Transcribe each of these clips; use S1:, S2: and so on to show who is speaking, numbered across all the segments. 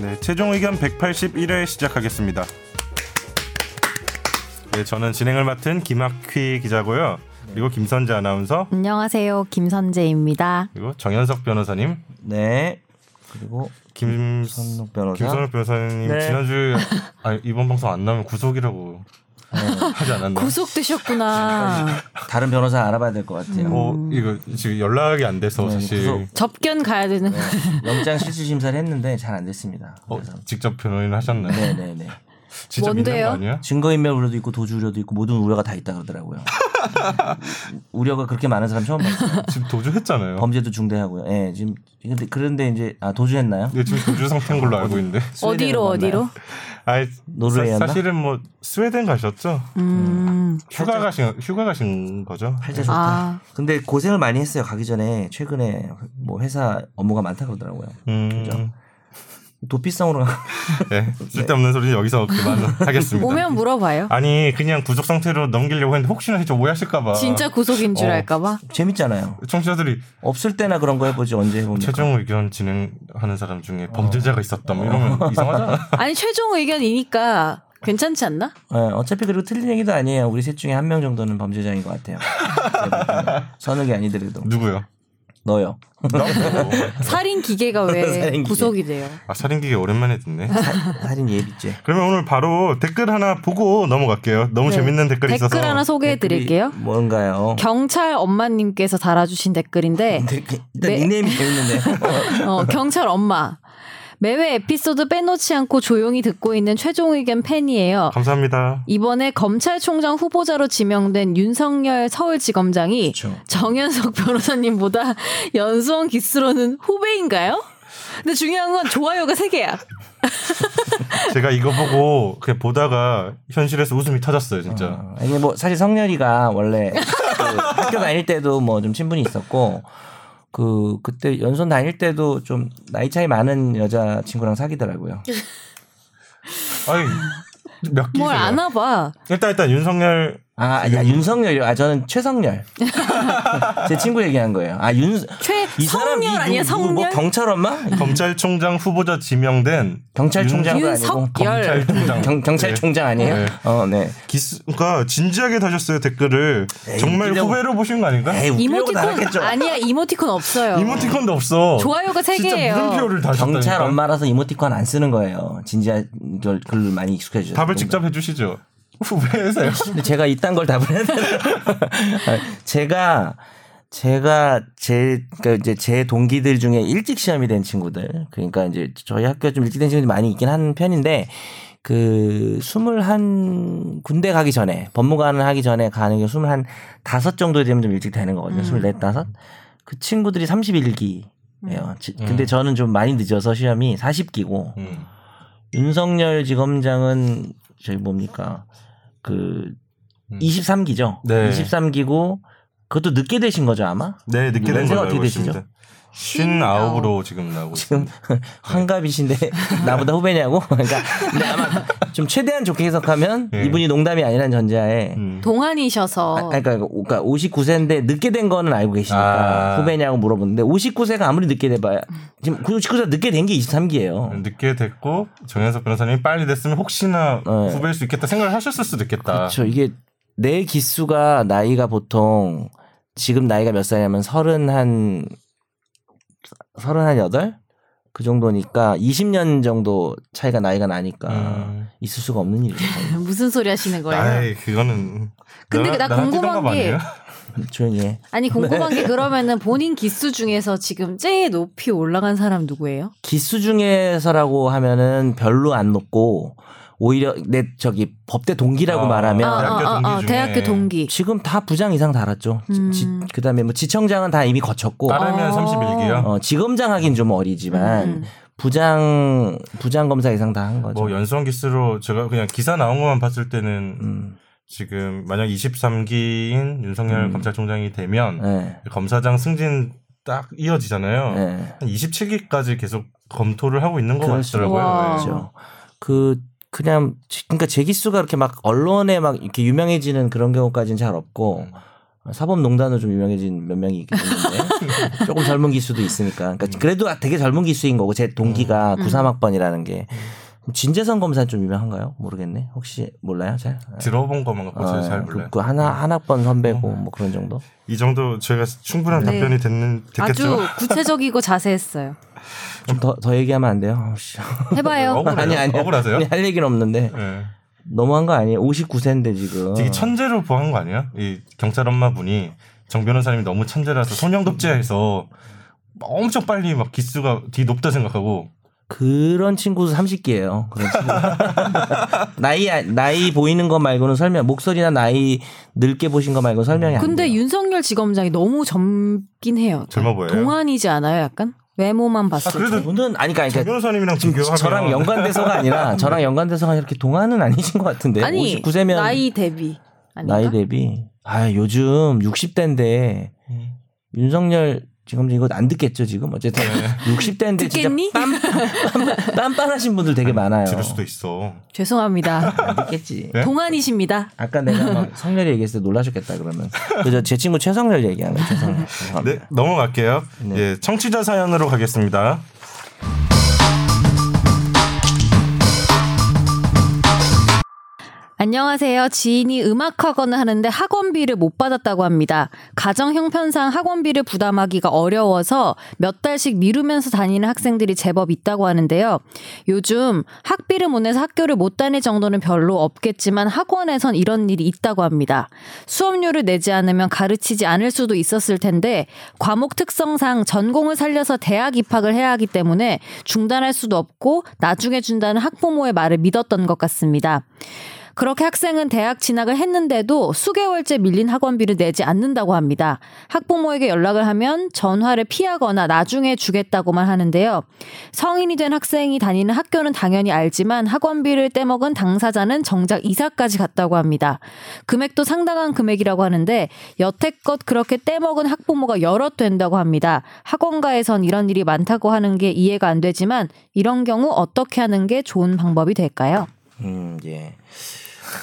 S1: 네, 최종 의견 181회 시작하겠습니다. 네, 저는 진행을 맡은 김학휘 기자고요. 그리고 김선재 아나운서,
S2: 안녕하세요. 김선재입니다.
S1: 그리고 정현석 변호사님,
S3: 네. 그리고
S1: 김
S3: 선욱 변호사.
S1: 김선욱 변호사님
S4: 네.
S1: 지난주 아 이번 방송 안 나오면 구속이라고 하지 않았나? 요
S2: 구속되셨구나.
S3: 다른 변호사 알아봐야 될 것 같아요.
S1: 어 이거 지금 연락이 안 돼서
S3: 네,
S1: 사실
S3: 구속.
S2: 접견 가야 되는 거.
S3: 영장 실질 심사를 했는데 잘 안 됐습니다.
S1: 어,
S3: 그래서
S1: 직접 변호인 하셨나요?
S3: 네네네.
S1: 진짜 믿는
S2: 뭔데요?
S1: 거 아니야?
S3: 증거인멸 우려도 있고 도주 우려도 있고 모든 우려가 다 있다 그러더라고요. 우려가 그렇게 많은 사람 처음 봤어요.
S1: 지금 도주했잖아요.
S3: 범죄도 중대하고요. 예, 지금 근데 그런데 이제 아 도주했나요?
S1: 네, 지금 도주 상태인 걸로 알고 있는데.
S3: 스웨덴으로
S2: 어디로 어디로?
S3: 갔나요?
S1: 아니
S3: 노르웨이였나?
S1: 사, 실은뭐 스웨덴 가셨죠?
S2: 음.
S1: 휴가 가신 휴가 가신 거죠?
S3: 팔자 좋다.
S2: 아.
S3: 근데 고생을 많이 했어요. 가기 전에 최근에 뭐 회사 업무가 많다 그러더라고요.
S1: 음,
S3: 도피성으로 가-
S1: 네, 쓸데없는 소리 는 여기서 그만 하겠습니다.
S2: 아, 오면 물어봐요.
S1: 아니 그냥 구속 상태로 넘기려고 했는데 혹시나 좀 오해하실까봐.
S2: 진짜 구속인 줄
S1: 어.
S2: 알까봐.
S3: 재밌잖아요.
S1: 청취자들이
S3: 그러니까. 없을 때나 그런 거 해보지 언제 해봅니까?
S1: 최종 의견 진행하는 사람
S3: 어.
S1: 중에 범죄자가 있었다 뭐 이러면 이상하잖아.
S2: 아니 최종 의견이니까 괜찮지 않나?
S3: 예, 어차피 그리고 틀린 얘기도 아니에요. 우리 셋 중에 한 명 정도는 범죄자인 것 같아요. 제가 볼 때는. 선욱이 아니더라도
S1: 누구요?
S3: 너요.
S1: 나도.
S2: 살인 기계가 왜
S3: 살인 기계.
S2: 구속이 돼요?
S1: 아 살인기계 오랜만에 듣네.
S3: 살인 예비죄.
S1: 그러면 오늘 바로 댓글 하나 보고 넘어갈게요. 너무
S2: 네.
S1: 재밌는 댓글이 있어서.
S2: 댓글 하나 소개해 드릴게요.
S3: 댓글이 네, 뭔가요?
S2: 경찰 엄마님께서 달아주신 댓글인데
S3: 댓글- 일단
S2: 네.
S3: 그, 닉네임이 재밌는데.
S2: 어, 경찰 엄마. 매회 에피소드 빼놓지 않고 조용히 듣고 있는 최종 의견 팬이에요.
S1: 감사합니다.
S2: 이번에 검찰총장 후보자로 지명된 윤석열 서울지검장이
S3: 그렇죠.
S2: 정현석 변호사님보다 연수원 기수로는 후배인가요? 근데 중요한 건 좋아요가 3개야.
S1: 제가 이거 보고 그냥 보다가 현실에서 웃음이 터졌어요 진짜.
S3: 어, 이게 뭐 사실 성렬이가 원래 그 학교 다닐 때도 뭐 좀 친분이 있었고 그 그때 연선 다닐 때도 좀 나이 차이 많은 여자 친구랑 사귀더라고요.
S1: 아니 몇 기세요?
S2: 뭘 아나 봐.
S1: 일단 일단 윤석열
S3: 아, 야, 윤석열이요. 아, 저는 최성열. 제 친구 얘기한 거예요. 아, 윤.
S2: 최-
S3: 이 사람이
S2: 성열
S3: 누구-
S2: 아니야,
S3: 누구 뭐
S2: 성열?
S3: 경찰 엄마?
S1: 검찰총장 후보자 지명된
S3: 뭐 경찰총장도 아니고.
S2: 윤석열.
S1: 검찰총장
S3: 경, 경찰총장 아니에요?
S1: 네.
S3: 어, 네.
S1: 기스 그러니까 진지하게 다셨어요 댓글을
S3: 에이,
S1: 정말
S3: 웃기려고-
S1: 후배로 보신 거 아닌가?
S3: 에이, 웃기려고
S2: 이모티콘
S3: 달았겠죠.
S2: 아니야, 이모티콘 없어요.
S1: 이모티콘도 없어.
S2: 좋아요가 세 개예요.
S1: 진짜 물음표를 다셨다니까.
S3: 경찰 엄마라서 이모티콘 안 쓰는 거예요. 진지한 걸, 글로 많이 익숙해지죠.
S1: 답을 직접 해주시죠. 후배세요.
S3: 근데 제가 이딴 걸 답을 해야 되나? 제가 제가 제 그러니까 이제 제 동기들 중에 일찍 시험이 된 친구들 그러니까 이제 저희 학교 좀 일찍 된 친구들이 많이 있긴 한 편인데 그 스물한 군대 가기 전에 법무관을 하기 전에 가는 게 스물한 다섯 정도 되면 좀 일찍 되는 거거든요 스물넷 다섯 그 친구들이 31기예요 근데 저는 좀 많이 늦어서 시험이 40기고
S1: 음.
S3: 윤석열 지검장은 저희 뭡니까 그 23기죠.
S1: 음. 네.
S3: 23기고 그것도 늦게 되신 거죠 아마.
S1: 네 늦게 된
S3: 연세가
S1: 걸로
S3: 어떻게
S1: 알고
S3: 되시죠?
S1: 있습니다. 쉰 아홉으로 지금 나오고
S3: 지금 환갑이신데 나보다 후배냐고. 그러니까 근데 아마 좀 최대한 좋게 해석하면
S1: 네.
S3: 이분이 농담이 아니란 전자에.
S1: 음.
S2: 동안이셔서.
S3: 아, 그러니까, 그러니까 59세인데 늦게 된 거는 알고 계시니까
S1: 아.
S3: 후배냐고 물어보는데 59세가 아무리 늦게 돼봐야 지금 59세가 늦게 된 게
S1: 음.
S3: 23기예요.
S1: 늦게 됐고 정현석 변호사님이 빨리 됐으면 혹시나
S3: 네.
S1: 후배일 수 있겠다 생각을 하셨을 수도 있겠다.
S3: 그렇죠. 이게 내 기수가 나이가 보통 지금 나이가 몇 살이냐면 서른 한 서른 한 여덟 그 정도니까 20년 정도 차이가 나이가 나니까
S1: 음.
S3: 있을 수가 없는 일이죠.
S2: 무슨 소리 하시는 거예요?
S1: 아이 그거는
S2: 근데
S1: 나랑-
S2: 나
S1: 나랑
S2: 궁금한
S1: 뛰던가 봐
S2: 게-
S1: 아니에요?
S3: 조용히 해.
S2: 아니 궁금한 게 그러면은 본인 기수 중에서 지금 제일 높이 올라간 사람 누구예요?
S3: 기수 중에서라고 하면은 별로 안 높고 오히려 내 저기 법대 동기라고
S2: 어,
S1: 아.
S3: 말하면
S1: 아, 대학교 동기 중에.
S2: 대학교 동기.
S3: 지금 다 부장 이상 달았죠. 지- 지-
S2: 음.
S3: 그다음에 뭐 지청장은 다 이미 거쳤고
S1: 빠르면
S2: 어.
S1: 31기요.
S3: 어, 지검장 하긴 좀 어리지만
S2: 음.
S3: 부장 부장 검사 이상 다 한 거죠.
S1: 뭐 연수원 기수로 제가 그냥 기사 나온 것만 봤을 때는
S3: 음.
S1: 지금 만약 23기인 윤석열
S3: 음.
S1: 검찰총장이 되면
S3: 예.
S1: 검사장 승진 딱 이어지잖아요.
S3: 예.
S1: 한 27기까지 계속 검토를 하고 있는 것
S3: 그럴 수
S1: 같더라고요.
S2: 있죠.
S1: 예.
S3: 그렇죠. 그 그냥 지- 그러니까 제 기수가 그렇게 막 언론에 막 이렇게 유명해지는 그런 경우까지는 잘 없고 사법농단으로 좀 유명해진 몇 명이 있긴 있는데 조금 젊은 기수도 있으니까
S1: 음.
S3: 그러니까 그래도 아, 되게 젊은 기수인 거고 제 동기가 93학번이라는 게
S1: 음.
S3: 그럼 진재성 검사는 좀 유명한가요? 모르겠네. 혹시 몰라요? 잘?
S1: 들어본 것만 갖고 저는 잘
S3: 네. 아,
S1: 몰라요. 음.
S3: 그, 그 하나 한 학번 선배고 뭐 그런 정도.
S1: 이 정도 저희가 충분한
S2: 네.
S1: 답변이 됐는, 됐겠죠.
S2: 아주 구체적이고 자세했어요.
S3: 좀 더 더 얘기하면 안 돼요? 아, 혹시.
S2: 해봐요.
S1: 억울해요.
S3: 아니 아니
S1: 억울하세요?
S3: 할 얘기는 없는데
S1: 예.
S3: 너무한 거 아니에요? 59세인데 지금.
S1: 되게 천재로 보한 거 아니에요? 이 경찰 엄마분이 정 변호사님이 너무 천재라서 소년 급제해서 엄청 빨리 막 기수가 되게 높다 생각하고
S3: 그런 친구도 30기예요. 그런 친구. 나이 나이 보이는 거 말고는 설명 목소리나 나이 늙게 보신 거 말고 설명이 안 돼요.
S2: 근데 윤석열 지검장이 너무 젊긴 해요.
S1: 젊어 보여요.
S2: 동안이지 않아요, 약간? 외모만 봤을 때.
S1: 그래도
S3: 저분은 아니 그러니까
S1: 정
S3: 그러니까
S1: 변호사님이랑 비교하면
S3: 저랑 연관돼서가 아니라 저랑 연관돼서가 이렇게 동안은 아니신 것 같은데.
S2: 아니
S3: 59세면
S2: 나이 대비 아닌가?
S3: 나이 대비 아 요즘 60대인데
S1: 음.
S3: 윤석열 지금 이거 안 듣겠죠 지금 어쨌든 60대인데 진짜
S2: 듣겠니?
S3: 빤빤하신 분들 되게 많아요.
S1: 들을 수도 있어.
S2: 죄송합니다.
S3: 안 듣겠지.
S1: 네?
S2: 동안이십니다.
S3: 아까 내가 막 성렬이 얘기했을 때 놀라셨겠다 그러면 그저 제 친구 최성렬 얘기한 거예요. 최성렬. 죄송합니다.
S1: 네, 넘어갈게요.
S3: 네.
S1: 예, 청취자 사연으로 가겠습니다.
S2: 안녕하세요. 지인이 음악학원을 하는데 학원비를 못 받았다고 합니다. 가정 형편상 학원비를 부담하기가 어려워서 몇 달씩 미루면서 다니는 학생들이 제법 있다고 하는데요. 요즘 학비를 못 내서 학교를 못 다닐 정도는 별로 없겠지만 학원에선 이런 일이 있다고 합니다. 수업료를 내지 않으면 가르치지 않을 수도 있었을 텐데 과목 특성상 전공을 살려서 대학 입학을 해야 하기 때문에 중단할 수도 없고 나중에 준다는 학부모의 말을 믿었던 것 같습니다. 그렇게 학생은 대학 진학을 했는데도 수개월째 밀린 학원비를 내지 않는다고 합니다. 학부모에게 연락을 하면 전화를 피하거나 나중에 주겠다고만 하는데요. 성인이 된 학생이 다니는 학교는 당연히 알지만 학원비를 떼먹은 당사자는 정작 이사까지 갔다고 합니다. 금액도 상당한 금액이라고 하는데 여태껏 그렇게 떼먹은 학부모가 여럿 된다고 합니다. 학원가에선 이런 일이 많다고 하는 게 이해가 안 되지만 이런 경우 어떻게 하는 게 좋은 방법이 될까요?
S3: 음, 예.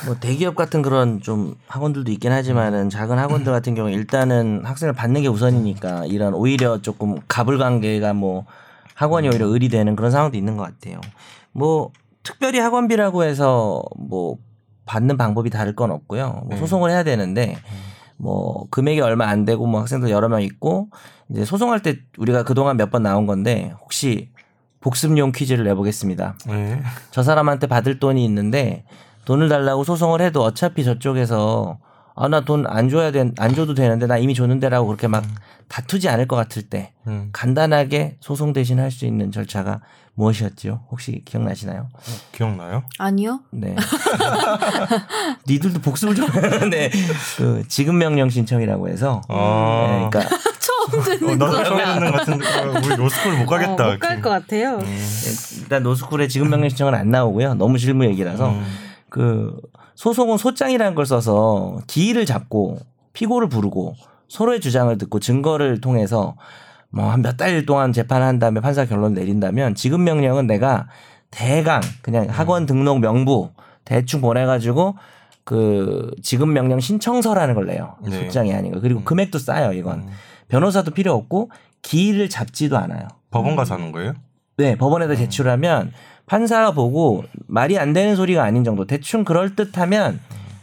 S3: 뭐 대기업 같은 그런 좀 학원들도 있긴 하지만은 작은 학원들 같은 경우 일단은 학생을 받는 게 우선이니까 이런 오히려 조금 갑을 관계가 뭐 학원이 오히려 의리되는 그런 상황도 있는 것 같아요. 뭐 특별히 학원비라고 해서 뭐 받는 방법이 다를 건 없고요. 뭐 소송을 해야 되는데 뭐 금액이 얼마 안 되고 뭐 학생들 여러 명 있고 이제 소송할 때 우리가 그동안 몇 번 나온 건데 혹시 복습용 퀴즈를 내보겠습니다.
S1: 네.
S3: 저 사람한테 받을 돈이 있는데 돈을 달라고 소송을 해도 어차피 저쪽에서 아 나 돈 안 줘야 된안 줘도 되는데 나 이미 줬는데라고 그렇게 막 다투지 않을 것 같을 때
S1: 음.
S3: 간단하게 소송 대신 할 수 있는 절차가 무엇이었지요? 혹시 기억나시나요?
S1: 기억나요?
S2: 아니요.
S3: 네. 니들도 복습을 좀 하는데 그 지급 명령 신청이라고 해서
S1: 아,
S3: 네, 그러니까
S2: 처음
S1: 어,
S2: 듣는
S1: 나도 처음
S2: 거야.
S1: 듣는 것 같은데 어, 우리 로스쿨 못
S2: 어,
S1: 가겠다. 음.
S2: 같아요.
S3: 예, 일단 노스쿨에 지급 명령 신청은 안 나오고요. 너무 실무 얘기라서 그 소송은 소장이라는 걸 써서 기일을 잡고 피고를 부르고 서로의 주장을 듣고 증거를 통해서 뭐 한 몇 달 동안 재판을 한 다음에 판사 결론 내린다면 지급 명령은 내가 대강 그냥 학원 등록 명부 대충 보내가지고 그 지급 명령 신청서라는 걸 내요
S1: 네.
S3: 소장이 아니고 그리고 금액도 싸요
S1: 음,
S3: 이건 변호사도 필요 없고 기일을 잡지도 않아요.
S1: 법원 가서 하는 거예요?
S3: 네,
S1: 음.
S3: 법원에다 제출하면 판사가 보고 말이 안 되는 소리가 아닌 정도 대충 그럴 듯하면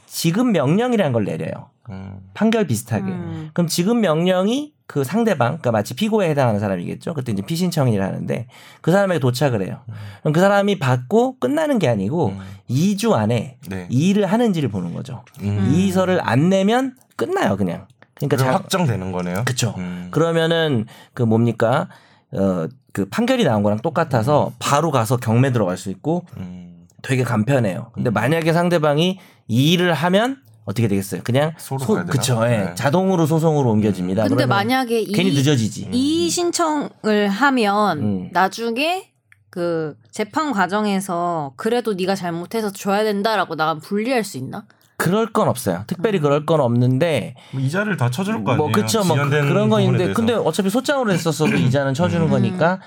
S3: 지급 명령이라는 걸 내려요.
S1: 음.
S3: 판결 비슷하게.
S2: 음.
S3: 그럼 지급 명령이 그 상대방, 그러니까 마치 피고에 해당하는 사람이겠죠. 그때 이제 피신청이라 하는데 그 사람에게 도착을 해요. 그럼 그 사람이 받고 끝나는 게 아니고
S1: 음.
S3: 이 2주 안에
S1: 네.
S3: 이 일을 하는지를 보는 거죠.
S1: 음.
S3: 이의서를 안 내면 끝나요, 그냥. 그러니까
S1: 그럼
S3: 자-
S1: 확정되는 거네요.
S3: 그쵸.
S1: 음.
S3: 그러면은 그 뭡니까 어 그 판결이 나온 거랑 똑같아서 바로 가서 경매 들어갈 수 있고
S1: 음.
S3: 되게 간편해요. 근데 만약에 상대방이 이 일을 하면 어떻게 되겠어요? 그냥
S1: 소로 가야 되나?
S3: 그쵸, 예.
S1: 네.
S3: 자동으로 소송으로 옮겨집니다.
S2: 근데
S3: 그러면
S2: 만약에 이,
S3: 괜히 늦어지지.
S2: 이 신청을 하면
S3: 음.
S2: 나중에 그 재판 과정에서 그래도 네가 잘못해서 줘야 된다라고 나가면 불리할 수 있나?
S3: 그럴 건 없어요. 특별히
S2: 음.
S3: 그럴 건 없는데
S1: 뭐 이자를 다 쳐줄 거 아니에요?
S3: 뭐 그쵸, 뭐 그-
S1: 지연된
S3: 그런 건
S1: 부분에
S3: 있는데
S1: 대해서. 음.
S3: 근데 어차피 소장으로 했었어도 이자는 쳐주는 거니까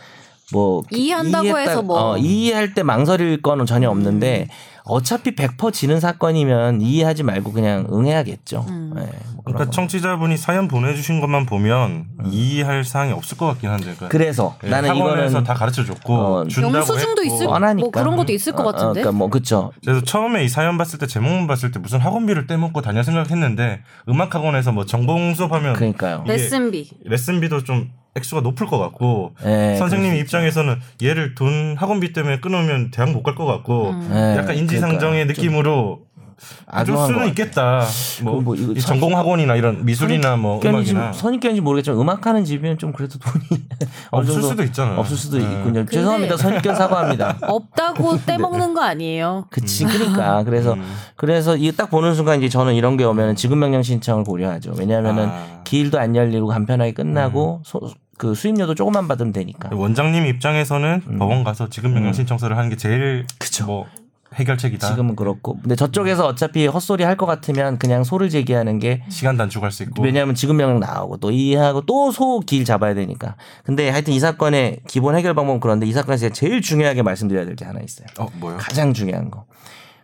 S3: 뭐
S2: 이해한다고
S3: 이해했다-
S2: 해서 뭐. 음.
S3: 어, 이해할 때 망설일 거는 전혀 없는데 어차피 100% 지는 사건이면 이해하지 말고 그냥 응해야겠죠.
S2: 음.
S3: 예, 뭐 그런
S1: 그러니까
S3: 거.
S1: 청취자분이 사연 보내주신 것만 보면 이해할 사항이 없을 것 같긴 한데. 그러니까
S3: 그래서
S1: 예,
S3: 나는
S1: 학원에서
S3: 이거는
S1: 다 가르쳐 줬고
S3: 어, 아,
S1: 준다고
S2: 영수증도
S1: 했고.
S2: 있을 뭐
S3: 뻔하니까.
S2: 그런 것도 있을 것
S3: 어, 어,
S2: 같은데.
S3: 그러니까 뭐 그쵸.
S1: 그래서 처음에 이 사연 봤을 때 제목만 봤을 때 무슨 학원비를 떼먹고 다녀 생각했는데 음악 학원에서 뭐 전공 수업하면
S3: 그러니까요.
S1: 이게
S2: 레슨비.
S1: 레슨비도 좀 액수가 높을 것 같고
S3: 예,
S1: 선생님 입장에서는 얘를 돈 학원비 때문에 끊으면 대학 못 갈 것 같고
S2: 음.
S3: 예,
S1: 약간 인지상정의
S3: 그러니까요.
S1: 느낌으로 줄
S3: 악용한
S1: 수는
S3: 것
S1: 있겠다. 뭐,
S3: 그럼 뭐 이거
S1: 이
S3: 참-
S1: 전공 학원이나 이런 미술이나 뭐
S3: 선입견인지
S1: 음악이나
S3: 선입견인지 모르겠지만 음악하는 집이면 좀 그래도 돈이 어느
S1: 없을
S3: 정도
S1: 수도 있잖아요.
S3: 없을 수도
S1: 네.
S3: 있군요. 죄송합니다. 선입견 사과합니다.
S2: 없다고 떼먹는 거 아니에요.
S3: 그치 그러니까 그래서 그래서 이 딱 보는 순간 이제 저는 이런 게 오면 지급 명령 신청을 고려하죠. 왜냐하면은
S1: 아.
S3: 길도 안 열리고 간편하게 끝나고 소, 그 수임료도 조금만 받으면 되니까.
S1: 음. 원장님 입장에서는 법원 가서 지금 명령 신청서를 하는 게 제일
S3: 음. 그쵸.
S1: 뭐 해결책이다.
S3: 지금은 그렇고 근데 저쪽에서 어차피 헛소리 할 것 같으면 그냥 소를 제기하는 게
S1: 시간 단축할 수 있고
S3: 왜냐하면 지급 명령 나오고 또 이해하고 또 소 길 잡아야 되니까. 근데 하여튼 이 사건의 기본 해결 방법은 그런데 이 사건에서 제가 제일 중요하게 말씀드려야 될 게 하나 있어요.
S1: 어 뭐요?
S3: 가장 중요한 거.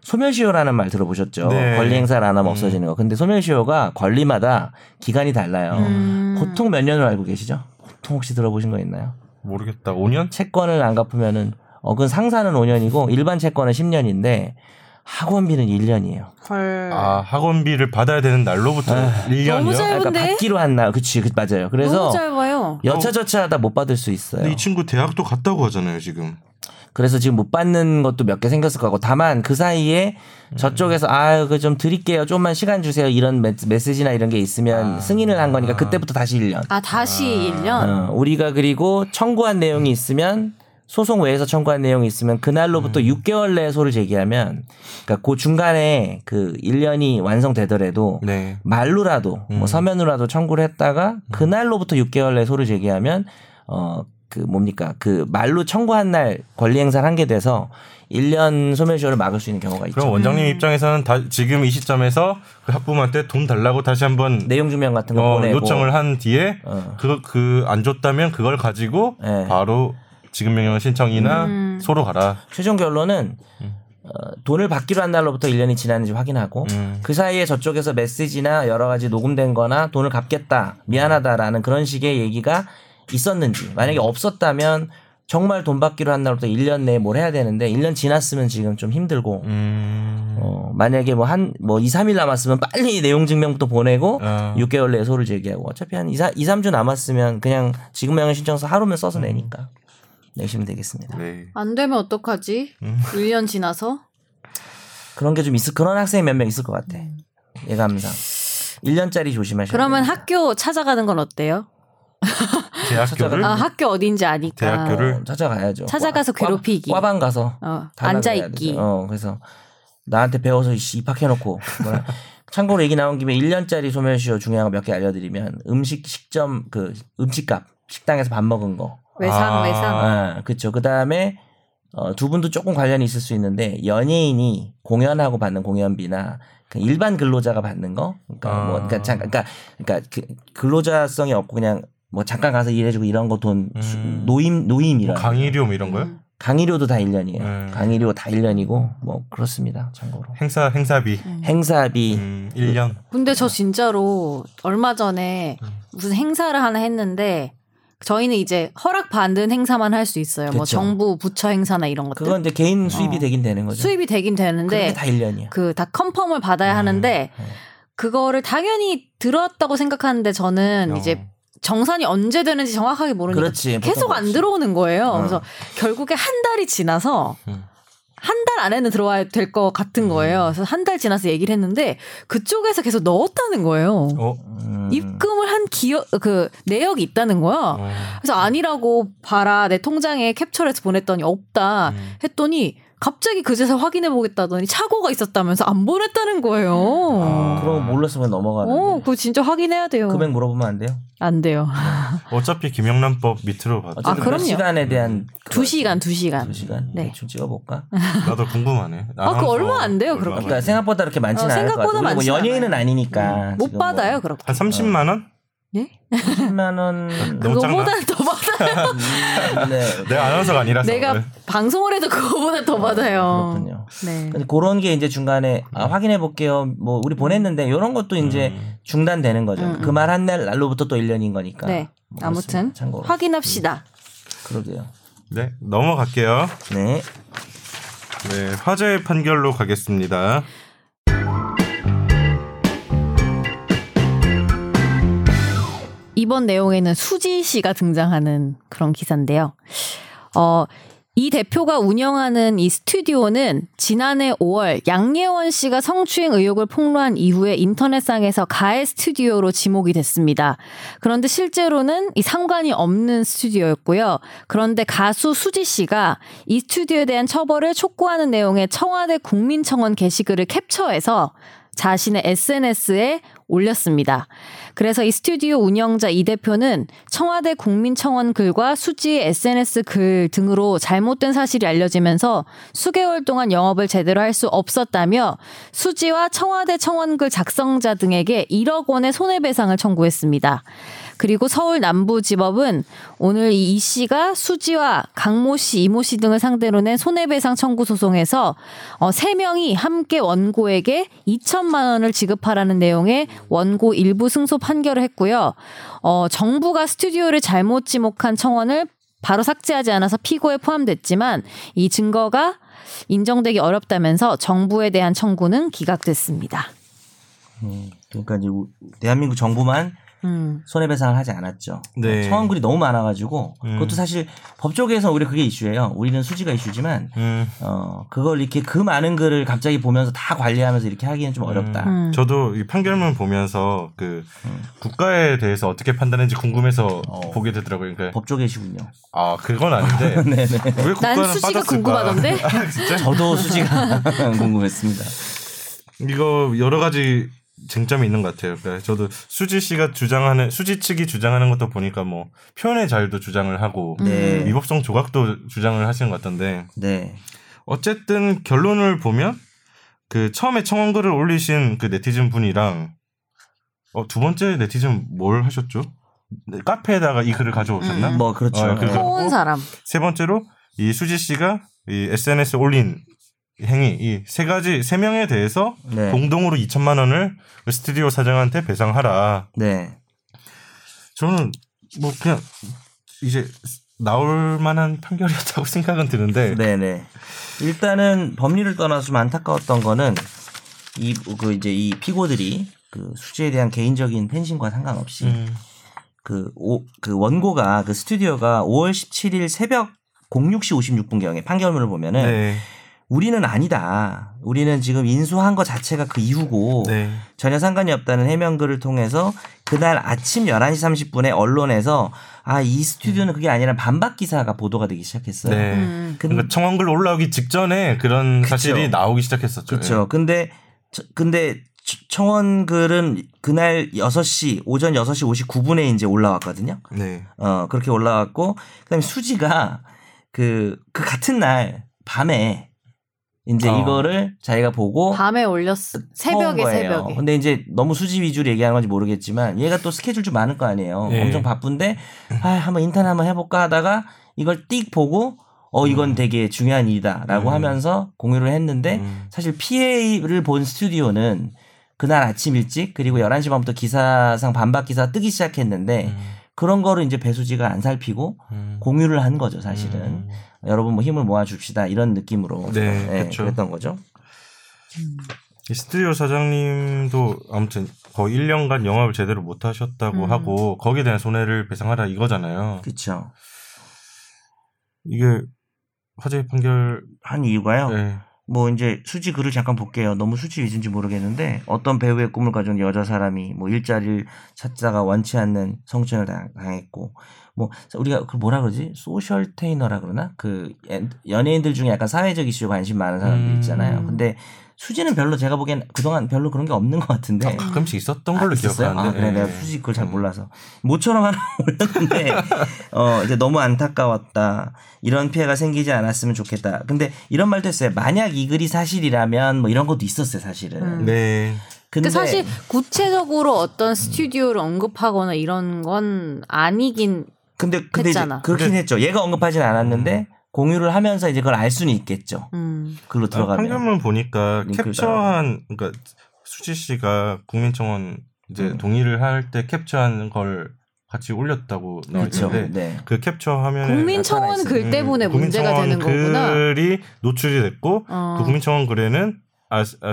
S3: 소멸시효라는 말 들어보셨죠?
S1: 네.
S3: 권리 행사를 안 하면 없어지는 거. 근데 소멸시효가 권리마다 기간이 달라요. 보통 몇 년으로 알고 계시죠? 보통 혹시 들어보신 거 있나요?
S1: 모르겠다. 5년?
S3: 채권을 안 갚으면은 어근 상사는 5년이고 일반 채권은 10년인데 학원비는 1년이에요.
S2: 헐.
S1: 아 학원비를 받아야 되는 날로부터 1년이요?
S2: 너무 짧- 짧은데?
S3: 그러니까 받기로 한 날, 그치, 그- 맞아요. 그래서
S2: 너무 짧아요.
S3: 여차저차하다 못 받을 수 있어요.
S1: 근데 이 친구 대학도 갔다고 하잖아요 지금.
S3: 그래서 지금 못 받는 것도 몇 개 생겼을 거고 다만 그 사이에 저쪽에서 아그좀 드릴게요 좀만 시간 주세요 이런 메- 메시지나 이런 게 있으면 승인을 한 거니까 그때부터 다시 1년
S2: 아 다시 1년.
S3: 어, 우리가 그리고 청구한 내용이 있으면 소송 외에서 청구한 내용이 있으면 그날로부터 6개월 내에 소를 제기하면 그러니까 그 중간에 그 1년이 완성되더라도
S1: 네.
S3: 말로라도
S1: 음.
S3: 뭐 서면으로라도 청구를 했다가 그날로부터 6개월 내에 소를 제기하면 어 그 뭡니까 그 말로 청구한 날 권리 행사를 한 게 돼서 1년 소멸시효를 막을 수 있는 경우가 있죠.
S1: 그럼 원장님
S2: 음.
S1: 입장에서는 다, 지금 이 시점에서 그 학부모한테 돈 달라고 다시 한번
S3: 내용 증명 같은 거
S1: 어,
S3: 보내고
S1: 요청을 한 뒤에
S3: 어.
S1: 그거 그 안 줬다면 그걸 가지고
S3: 네.
S1: 바로 지금 명령 신청이나
S2: 음.
S1: 소로 가라.
S3: 최종 결론은 어, 돈을 받기로 한 날로부터 1년이 지났는지 확인하고
S1: 음.
S3: 그 사이에 저쪽에서 메시지나 여러 가지 녹음된 거나 돈을 갚겠다 미안하다라는 그런 식의 얘기가 있었는지 만약에 없었다면 정말 돈 받기로 한 날부터 1년 내에 뭘 해야 되는데 1년 지났으면 지금 좀 힘들고
S1: 음.
S3: 어, 만약에 뭐 한 뭐 2, 3일 남았으면 빨리 내용 증명부터 보내고
S1: 어.
S3: 6개월 내에 소를 제기하고 어차피 한 2, 3, 2 3주 남았으면 그냥 지금 명령 신청서 하루면 써서 내니까 내시면 되겠습니다.
S1: 네.
S2: 안 되면 어떡하지?
S1: 음.
S2: 1년 지나서?
S3: 그런 게 좀 있을 그런 학생이 몇 명 있을 것 같아. 예감상. 1년짜리 조심하셔야
S2: 음. 그러면
S3: 됩니다.
S2: 학교 찾아가는 건 어때요?
S3: 음.
S1: 대학교를
S2: 아 학교 어딘지 아니까.
S1: 대학교를?
S3: 어, 찾아가야죠.
S2: 찾아가서
S3: 꽈-
S2: 괴롭히기.
S3: 꽈방 가서
S2: 어,
S3: 달라 그래야
S2: 앉아있기.
S3: 되죠. 어, 그래서 나한테 배워서 이씨 입학해놓고. 뭐라. 참고로 얘기 나온 김에 1년짜리 소멸시효 중요한 거 몇 개 알려드리면 음식 식점 그 음식값 식당에서 밥 먹은 거.
S2: 외상
S1: 아.
S2: 외상.
S3: 아, 그렇죠. 그 다음에 어, 두 분도 조금 관련이 있을 수 있는데 연예인이 공연하고 받는 공연비나 그 일반 근로자가 받는 거, 그러니까
S1: 아.
S3: 뭐, 그러니까 잠깐, 그러니까, 그러니까 그 근로자성이 없고 그냥 뭐 잠깐 가서 일해주고 이런 거 돈
S1: 음.
S3: 노임 노임이라
S1: 강의료 뭐 이런 거요?
S2: 음.
S3: 강의료도 다 1년이에요.
S1: 음.
S3: 강의료 다 1년이고 뭐 그렇습니다. 참고로
S1: 행사 행사비
S3: 행사비
S1: 음, 1년.
S2: 근데 저 진짜로 얼마 전에
S3: 음.
S2: 무슨 행사를 하나 했는데 저희는 이제 허락 받는 행사만 할 수 있어요. 뭐
S3: 그쵸.
S2: 정부 부처 행사나 이런 것들
S3: 그건 이제 개인 수입이
S2: 어.
S3: 되긴 되는 거죠.
S2: 수입이 되긴
S3: 그게
S2: 되는데
S3: 다 네. 1년이야.
S2: 그 다 컨펌을 받아야 하는데 그거를 당연히 들어왔다고 생각하는데 저는 음, 이제 정산이 언제 되는지 정확하게 모르니까
S3: 어. 그렇지, 보통
S2: 그러니까 계속 안
S3: 그렇지.
S2: 들어오는 거예요.
S3: 어.
S2: 그래서 결국에 한 달이 지나서
S1: 음.
S2: 한 달 안에는 들어와야 될 것 같은
S3: 음.
S2: 거예요. 그래서 한 달 지나서 얘기를 했는데 그쪽에서 계속 넣었다는 거예요.
S1: 어.
S3: 음.
S2: 입금을 한 기억 그 내역이 있다는 거야.
S1: 어.
S2: 그래서 아니라고 봐라 내 통장에 캡처해서 보냈더니
S3: 아,
S2: 없다
S1: 음.
S2: 했더니 갑자기 그제서 확인해 보겠다더니 착오가 있었다면서 안 보냈다는 거예요.
S1: 아.
S3: 음, 그럼 몰랐으면 넘어가는.
S2: 어,
S3: 데
S2: 그거 진짜 확인해야 돼요.
S3: 금액 물어보면 안 돼요?
S2: 안 돼요.
S1: 어차피 김영란법 밑으로 받아.
S3: 어쨌든
S2: 아, 그럼요.
S3: 몇 시간에 대한
S2: 두 시간, 두
S3: 두
S2: 시간.
S3: 시간
S2: 네.
S3: 대충 찍어볼까?
S1: 나도 궁금하네.
S2: 아, 그거 얼마 안 돼요, 그렇게.
S3: 그러니까 생각보다 그렇게 많지는
S2: 어,
S3: 않을 것
S2: 생각보다
S3: 같아요. 그리고
S2: 많진
S3: 연예인은
S2: 않아요.
S3: 아니니까
S2: 음.
S3: 뭐
S2: 못 받아요, 그렇게.
S1: 한 30만 원?
S2: 예?
S3: 10만 원.
S1: 너무 작나?
S2: 그거보다 더 받아요.
S3: 네.
S1: 내가 네, 아나운서가 네. 아니라서.
S2: 내가
S1: 그래.
S2: 방송을 해도 그거보다 더 받아요.
S3: 그렇군요. 그러니까
S2: 네.
S3: 근데 그런 게 이제 중간에 아,
S2: 음.
S3: 확인해 볼게요. 뭐 우리 보냈는데 이런 것도 이제 중단되는 거죠.
S2: 음, 음.
S3: 그 말 한 날 날로부터 또 1년인 거니까.
S2: 네.
S3: 뭐
S2: 아무튼
S3: 그렇습니다. 참고로
S2: 확인합시다.
S3: 그러게요.
S1: 네, 넘어갈게요.
S3: 네.
S1: 네, 화제의 판결로 가겠습니다.
S2: 이번 내용에는 수지 씨가 등장하는 그런 기사인데요. 어, 이 대표가 운영하는 이 스튜디오는 지난해 5월 양예원 씨가 성추행 의혹을 폭로한 이후에 인터넷상에서 가해 스튜디오로 지목이 됐습니다. 그런데 실제로는 이 상관이 없는 스튜디오였고요. 그런데 가수 수지 씨가 이 스튜디오에 대한 처벌을 촉구하는 내용의 청와대 국민청원 게시글을 캡처해서 자신의 SNS에 올렸습니다. 그래서 이 스튜디오 운영자 이 대표는 청와대 국민청원 글과 수지 SNS 글 등으로 잘못된 사실이 알려지면서 수개월 동안 영업을 제대로 할 수 없었다며 수지와 청와대 청원글 작성자 등에게 1억 원의 손해배상을 청구했습니다. 그리고 서울 남부지법은 오늘 이 이 씨가 수지와 강모 씨, 이모 씨 등을 상대로 낸 손해배상 청구 소송에서 어, 3명이 함께 원고에게 2천만 원을 지급하라는 내용의 원고 일부 승소 판결을 했고요. 어, 정부가 스튜디오를 잘못 지목한 청원을 바로 삭제하지 않아서 피고에 포함됐지만 이 증거가 인정되기 어렵다면서 정부에 대한 청구는 기각됐습니다.
S3: 음, 그러니까 이제 우- 대한민국 정부만
S2: 음.
S3: 손해배상을 하지 않았죠.
S1: 네.
S3: 청원글이 너무 많아가지고
S1: 음.
S3: 그것도 사실 법 쪽에서 오히려 그게 이슈예요. 우리는 수지가 이슈지만
S1: 음,
S3: 어 그걸 이렇게 그 많은 글을 갑자기 보면서 다 관리하면서 이렇게 하기는 좀 어렵다.
S2: 음.
S1: 저도 이 판결문 보면서 그 국가에 대해서 어떻게 판단했는지 궁금해서
S3: 어. 보게
S1: 보게 되더라고요. 그러니까
S3: 법 쪽의 이슈군요.
S1: 아 그건 아닌데
S3: 네네.
S1: 왜
S2: 난
S1: 국가는
S2: 수지가
S1: 빠졌을까? 아,
S2: 궁금하던데.
S3: 저도 수지가 궁금했습니다.
S1: 이거 여러 가지 쟁점이 있는 것 같아요. 그러니까 저도 수지 씨가 주장하는 수지 측이 주장하는 것도 보니까 뭐 표현의 자유도 주장을 하고
S3: 네.
S1: 위법성 조각도 주장을 하시는 것 같던데
S3: 네.
S1: 어쨌든 결론을 보면 그 처음에 청원글을 올리신 그 네티즌 분이랑 어, 두 번째 네티즌 뭘 하셨죠? 네, 카페에다가 이 글을 가져오셨나?
S2: 음.
S3: 뭐 그렇죠.
S1: 아, 그러니까.
S2: 호운 사람.
S1: 세 번째로 이 수지 씨가 이 SNS 에 올린 행위 이 세 가지 세 명에 대해서
S3: 네.
S1: 공동으로 2천만 원을 스튜디오 사장한테 배상하라.
S3: 네.
S1: 저는 뭐 그냥 이제 나올 만한 판결이었다고 생각은 드는데
S3: 네네. 일단은 법리를 떠나서 좀 안타까웠던 거는 이 그 이제 이 피고들이 그 수지에 대한 개인적인 팬심과 상관없이
S1: 음,
S3: 그, 오, 그 원고가 그 스튜디오가 5월 17일 새벽 06시 56분경에 판결문을 보면은
S1: 네.
S3: 우리는 아니다. 우리는 지금 인수한 것 자체가 그 이후고
S1: 네.
S3: 전혀 상관이 없다는 해명글을 통해서 그날 아침 11시 30분에 언론에서 아, 이 스튜디오는 그게 아니라 반박 기사가 보도가 되기 시작했어요.
S1: 네.
S2: 음.
S3: 근-
S1: 그러니까 청원글 올라오기 직전에 그런
S3: 그쵸.
S1: 사실이 나오기 시작했었죠.
S3: 그렇죠. 근데 저- 근데 청- 청원글은 그날 6시 오전 6시 59분에 이제 올라왔거든요.
S1: 예. 네.
S3: 어, 그렇게 올라왔고 그다음에 수지가 그, 그 같은 날 밤에 이제
S1: 어.
S3: 이거를 자기가 보고
S2: 밤에 올렸어.
S3: 퍼온
S2: 새벽에
S3: 거예요.
S2: 새벽에.
S3: 그 근데 이제 너무 수지 위주로 얘기하는 건지 모르겠지만 얘가 또 스케줄 좀 많을 거 아니에요.
S1: 예.
S3: 엄청 바쁜데 아, 한번 인턴 한번 해볼까 하다가 이걸 띡 보고 어 이건 되게 중요한 일이다라고
S1: 음.
S3: 하면서 공유를 했는데
S1: 음.
S3: 사실 PA를 본 스튜디오는 그날 아침 일찍 그리고 11시 반부터 기사상 반박 기사 뜨기 시작했는데
S1: 네.
S3: 그런 거를 이제 배수지가 안 살피고
S1: 음.
S3: 공유를 한 거죠 사실은
S1: 음.
S3: 여러분 뭐 힘을 모아 줍시다 이런 느낌으로
S1: 네,
S3: 예,
S1: 그쵸.
S3: 그랬던 거죠
S1: 이 스튜디오 사장님도 아무튼 거의 1년간 영업을 제대로 못 하셨다고
S2: 음.
S1: 하고 거기에 대한 손해를 배상하라 이거잖아요.
S3: 그렇죠
S1: 이게 화재 판결
S3: 한 이유가요
S1: 예.
S3: 뭐 이제 수지 글을 잠깐 볼게요 너무 수지 위주인지 모르겠는데 어떤 배우의 꿈을 가진 여자 사람이 뭐 일자리를 찾다가 원치 않는 성추행을 당- 당했고 뭐 우리가 그 뭐라 그러지 소셜 테이너라 그러나 그 엔- 연예인들 중에 약간 사회적 이슈에 관심 많은 사람들
S1: 음.
S3: 있잖아요 근데 수지는 별로 제가 보기엔 그동안 별로 그런 게 없는 것 같은데
S1: 가끔씩 있었던 걸로
S3: 아, 있었어요?
S1: 기억하는데.
S3: 아, 그래
S1: 예.
S3: 내가 수지 그걸 잘
S1: 음.
S3: 몰라서 모처럼 하나 올렸는데 어 이제 너무 안타까웠다 이런 피해가 생기지 않았으면 좋겠다 근데 이런 말도 했어요 만약 이 글이 사실이라면 뭐 이런 것도 있었어요 사실은
S2: 음.
S1: 네.
S3: 근데
S2: 그 사실 구체적으로 어떤 스튜디오를 언급하거나 이런 건 아니긴
S3: 근데 근데 이제
S2: 했잖아.
S1: 네.
S3: 그렇긴 했죠 얘가 언급하진 않았는데 공유를 하면서 이제 그걸 알 수는 있겠죠.
S2: 음.
S1: 음.
S3: 글로
S1: 아,
S3: 들어가면.
S1: 판결문 보니까
S3: 링크를
S1: 캡처한 그러니까 수지 씨가 국민청원 이제
S3: 음.
S1: 동의를 할 때 캡처한 걸 같이 올렸다고 나와
S3: 그렇죠.
S1: 있는데
S3: 네.
S1: 그 캡처 화면에
S2: 국민청원
S3: 나타나
S1: 음,
S3: 네,
S2: 글 때문에 문제가
S1: 국민청원
S3: 그
S2: 되는 거구나.
S1: 글이 노출이 됐고
S2: 어.
S1: 그 국민청원 글에는 아, 아,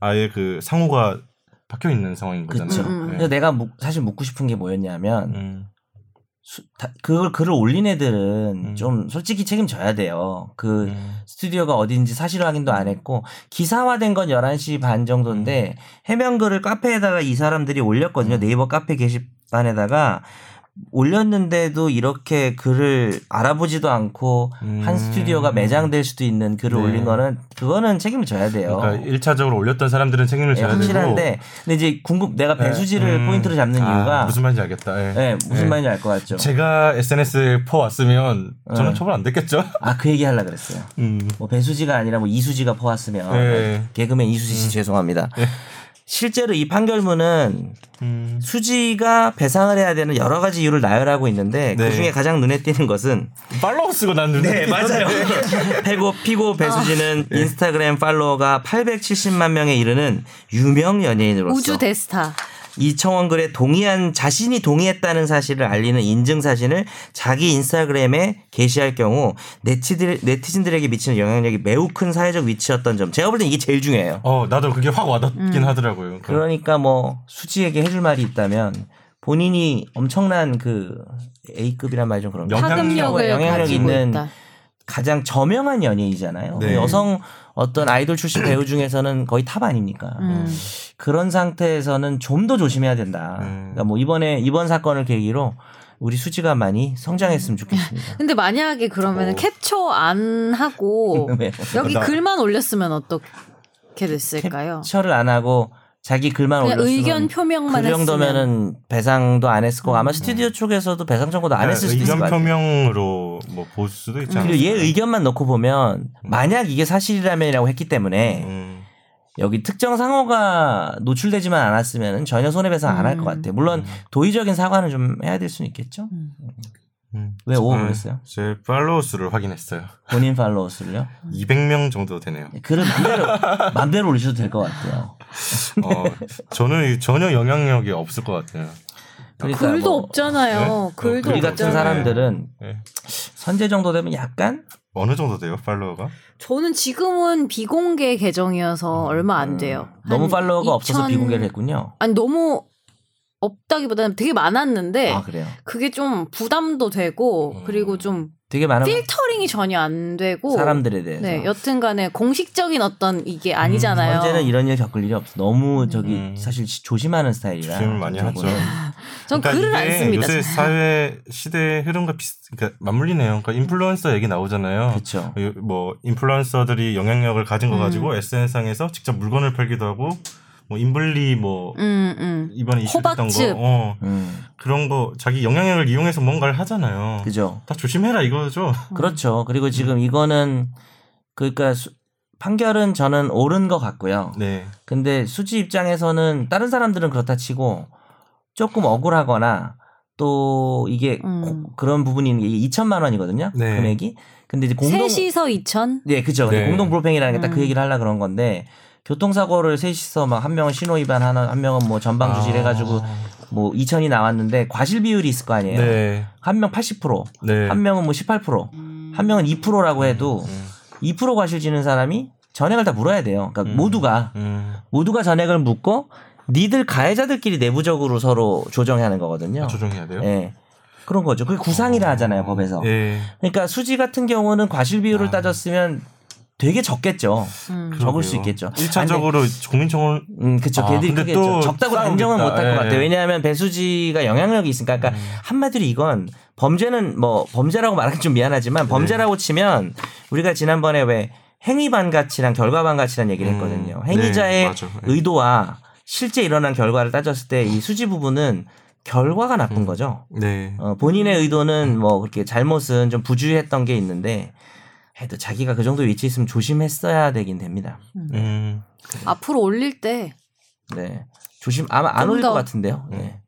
S1: 아예 그 상호가 박혀 있는 상황인 거잖아요.
S3: 그렇죠.
S2: 음, 음.
S1: 네.
S3: 그래서 내가 묻- 사실 묻고 싶은 게 뭐였냐면
S1: 음,
S3: 수- 다- 그걸 글을 올린 애들은
S1: 음.
S3: 좀 솔직히 책임져야 돼요. 그
S1: 음.
S3: 스튜디오가 어딘지 사실 확인도 안 했고 기사화된 건 11시 반 정도인데
S1: 음.
S3: 해명글을 카페에다가 이 사람들이 올렸거든요. 네이버 카페 게시판에다가 올렸는데도 이렇게 글을 알아보지도 않고
S1: 음.
S3: 그 한 스튜디오가 매장될 수도 있는 글을
S1: 네.
S3: 올린 거는 그거는 책임을 져야 돼요.
S1: 그러니까 일차적으로 올렸던 사람들은 책임을
S3: 예,
S1: 져야 되고
S3: 확실한데 근데 이제 궁금 내가
S1: 네.
S3: 배수지를
S1: 음.
S3: 포인트로 잡는
S1: 아,
S3: 이유가
S1: 무슨 말인지 알겠다. 예.
S3: 예, 무슨
S1: 예.
S3: 말인지 알 것 같죠.
S1: 제가 SNS에 퍼 왔으면 저는
S3: 네.
S1: 처벌 안 됐겠죠?
S3: 아 그 얘기 하려 그랬어요.
S1: 음.
S3: 뭐 배수지가 아니라 뭐 이수지가 퍼왔으면
S1: 예.
S3: 개그맨 이수지 씨 죄송합니다. 실제로 이 판결문은
S1: 음.
S3: 수지가 배상을 해야 되는 여러 가지 이유를 나열하고 있는데
S1: 네.
S3: 그 중에 가장 눈에 띄는 것은
S1: 팔로우 쓰고 난 눈에
S3: 네, 해고 피고 배수지는 인스타그램 팔로워가 870만 명에 이르는 유명 연예인으로서
S2: 우주 대스타.
S3: 이 청원글에 동의한 자신이 동의했다는 사실을 알리는 인증 사진을 자기 인스타그램에 게시할 경우 네티들, 네티즌들에게 미치는 영향력이 매우 큰 사회적 위치였던 점 제가 볼 땐 이게 제일 중요해요
S1: 어, 나도 그게 확
S2: 음.
S1: 와닿긴 하더라고요. 그
S3: 그러니까 뭐 수지에게 해줄 말이 있다면 본인이 엄청난 그 A급이란 말이 좀 그런가
S1: 영향력,
S2: 파급력을
S3: 영향력
S2: 가지고
S3: 있는
S2: 있다.
S3: 가장 저명한 연예인이잖아요
S1: 네.
S3: 여성 어떤 아이돌 출신 배우 중에서는 거의 탑 아닙니까
S2: 음.
S3: 그런 상태에서는 좀 더 조심해야 된다.
S1: 음.
S3: 그러니까 뭐 이번에 이번 사건을 계기로 우리 수지가 많이 성장했으면 좋겠습니다.
S2: 근데 만약에 그러면
S1: 어.
S2: 은 캡처 안 하고
S3: 네.
S2: 여기
S1: 나-
S2: 글만 올렸으면 어떻게 됐을까요?
S3: 캡처를 안 하고 자기 글만
S2: 그냥
S3: 올렸으면
S2: 의견 표명만
S3: 그
S2: 했으면 음, 네.
S3: 정도면은 배상도 안 했을 거고 아마 스튜디오 쪽에서도 배상 청구도 안 했을 수도 있을 것
S1: 네, 의견
S3: 같아요.
S1: 표명으로 뭐 볼 수도 있지 않을까.
S3: 그리고 얘 의견만 놓고 보면 만약 이게 사실이라면이라고 했기 때문에
S1: 음.
S3: 여기 특정 상호가 노출되지만 않았으면 전혀 손해배상 안 할 것
S2: 음.
S3: 같아요. 물론 도의적인 사과는 좀 해야 될 수는 있겠죠.
S2: 음.
S1: 음.
S3: 왜 오버
S1: 아,
S3: 그랬어요? 음.
S1: 제 팔로우 수를 확인했어요.
S3: 본인 팔로워 수를요?
S1: 200명 정도 되네요.
S3: 글을 맘대로, 맘대로 올리셔도 될 것 같아요.
S1: 어, 저는 이- 전혀 영향력이 없을 것 같아요.
S3: 그러니까
S2: 글도
S3: 뭐
S2: 없잖아요.
S1: 네?
S2: 글도
S3: 우리
S1: 없잖아요.
S3: 같은
S2: 없잖아요.
S3: 사람들은
S1: 네.
S3: 선제 정도 되면 약간
S1: 어느 정도 돼요, 팔로워가?
S2: 저는 지금은 비공개 계정이어서 얼마 아, 안 돼요.
S3: 음, 너무
S2: 한
S3: 팔로워가 없어서
S2: 2000
S3: 비공개를 했군요.
S2: 아니 너무 없다기보다는 되게 많았는데
S3: 아 그래요.
S2: 그게 좀 부담도 되고
S1: 음.
S2: 그리고 좀
S3: 되게 많은
S2: 필터링이 전혀 안 되고
S3: 사람들에 대해서. 뭐
S2: 네 여튼간에 공식적인 어떤 이게 아니잖아요.
S3: 언제는 이런 일 겪을 일이 없어. 너무 저기
S1: 음.
S3: 사실 지- 조심하는 스타일이라.
S1: 조심을 많이 하죠.
S3: 저거는.
S2: 전 글을 안
S1: 그러니까 이게
S2: 씁니다.
S1: 요새 사회 시대의 흐름과 비슷, 그러니까 맞물리네요. 그러니까 인플루언서 얘기 나오잖아요.
S3: 그렇죠.
S1: 요- 뭐 인플루언서들이 영향력을 가진 거
S2: 음.
S1: 가지고 SNS상에서 직접 물건을 팔기도 하고 뭐 인블리 뭐
S2: 음, 음.
S1: 이번에 이슈됐던 거
S2: 호박즙.
S1: 어,
S3: 음,
S1: 그런 거 자기 영향력을 이용해서 뭔가를 하잖아요.
S3: 그죠.
S1: 다 조심해라 이거죠.
S2: 음.
S3: 그렇죠. 그리고 지금 이거는 그러니까 수- 판결은 저는 옳은 것 같고요.
S1: 네.
S3: 근데 수지 입장에서는 다른 사람들은 그렇다 치고 조금 억울하거나 또 이게
S2: 음.
S3: 고- 그런 부분이 있는 게 2천만 원이거든요.
S1: 네.
S3: 금액이. 근데 이제 공동
S2: 셋이서 2천.
S3: 네, 그죠.
S1: 네.
S3: 공동 불펜이라는 게 딱 그
S2: 음.
S3: 얘기를 하려 그런 건데 교통사고를 셋이서 막 한 명은 신호 위반 하나 한 명은 뭐 전방 주실
S1: 아.
S3: 해 가지고 뭐 2천이 나왔는데 과실 비율이 있을 거 아니에요.
S1: 네.
S3: 한 명 80%,
S1: 네.
S3: 한 명은 뭐 18%, 한 명은 2%라고 해도
S1: 음.
S3: 2% 과실 지는 사람이 전액을 다 물어야 돼요. 그러니까
S1: 음.
S3: 모두가
S1: 음.
S3: 모두가 전액을 묻고 니들 가해자들끼리 내부적으로 서로 조정하는 거거든요.
S1: 아, 조정해야 돼요.
S3: 예. 그런 거죠. 그게 구상이라 하잖아요, 법에서.
S1: 예. 아.
S3: 그러니까 수지 같은 경우는 과실 비율을 따졌으면 되게 적겠죠.
S2: 음.
S3: 적을
S1: 그러게요.
S3: 수 있겠죠. 아,
S1: 일차적으로 공민청원
S3: 음, 그쵸.
S1: 아,
S3: 걔들이
S1: 근데
S3: 크겠죠.
S1: 또
S3: 적다고
S1: 싸우겠다.
S3: 단정은 못 할 것
S1: 예. 음.
S3: 같아요. 왜냐하면 배수지가 영향력이 있으니까. 그러니까 한마디로 이건 범죄는 뭐 범죄라고 말하기 좀 미안하지만 범죄라고
S1: 네.
S3: 치면 우리가 지난번에 왜 행위반 가치랑 결과반 가치란 얘기를
S1: 음,
S3: 했거든요.
S1: 네,
S3: 행위자의
S1: 맞아. 예.
S3: 의도와 실제 일어난 결과를 따졌을 때 이 수지 부분은 결과가 나쁜 거죠.
S1: 네.
S3: 어, 본인의
S1: 음.
S3: 의도는 뭐 그렇게 잘못은 좀 부주의했던 게 있는데 해도 자기가 그 정도 위치에 있으면 조심했어야 되긴 됩니다.
S1: 음.
S2: 앞으로 올릴 때
S3: 네. 조심 아마 안
S2: 좀
S3: 올릴 것
S2: 더.
S3: 같은데요. 네.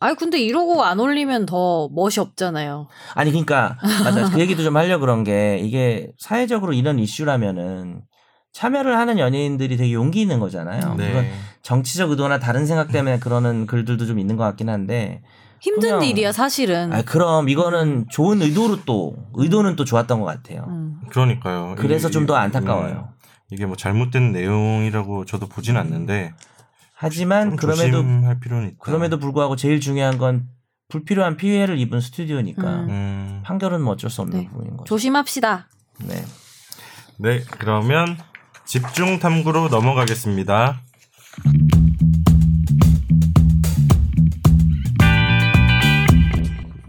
S2: 아니 근데 이러고 안 올리면 더 멋이 없잖아요.
S3: 아니 그러니까 맞아 그 얘기도 좀 하려 그런 게 이게 사회적으로 이런 이슈라면은 참여를 하는 연예인들이 되게 용기 있는 거잖아요. 물론
S1: 네.
S3: 정치적 의도나 다른 생각 때문에 그러는 글들도 좀 있는 것 같긴 한데
S2: 힘든
S3: 그냥-
S2: 일이야 사실은.
S3: 아 그럼 이거는 좋은 의도로 또 의도는 또 좋았던 것 같아요.
S2: 음.
S1: 그러니까요.
S3: 그래서
S1: 이-
S3: 좀 더
S1: 이-
S3: 안타까워요.
S1: 음, 이게 뭐 잘못된 내용이라고 저도 보진 않는데
S3: 하지만
S1: 좀
S3: 음. 그럼에도
S1: 조심할 필요는 있다.
S3: 그럼에도 불구하고 제일 중요한 건 불필요한 피해를 입은 스튜디오니까
S2: 음.
S1: 음,
S3: 판결은 뭐 어쩔 수 없는
S2: 네.
S3: 부분인 거죠.
S2: 조심합시다.
S3: 네.
S1: 네, 그러면 집중 탐구로 넘어가겠습니다.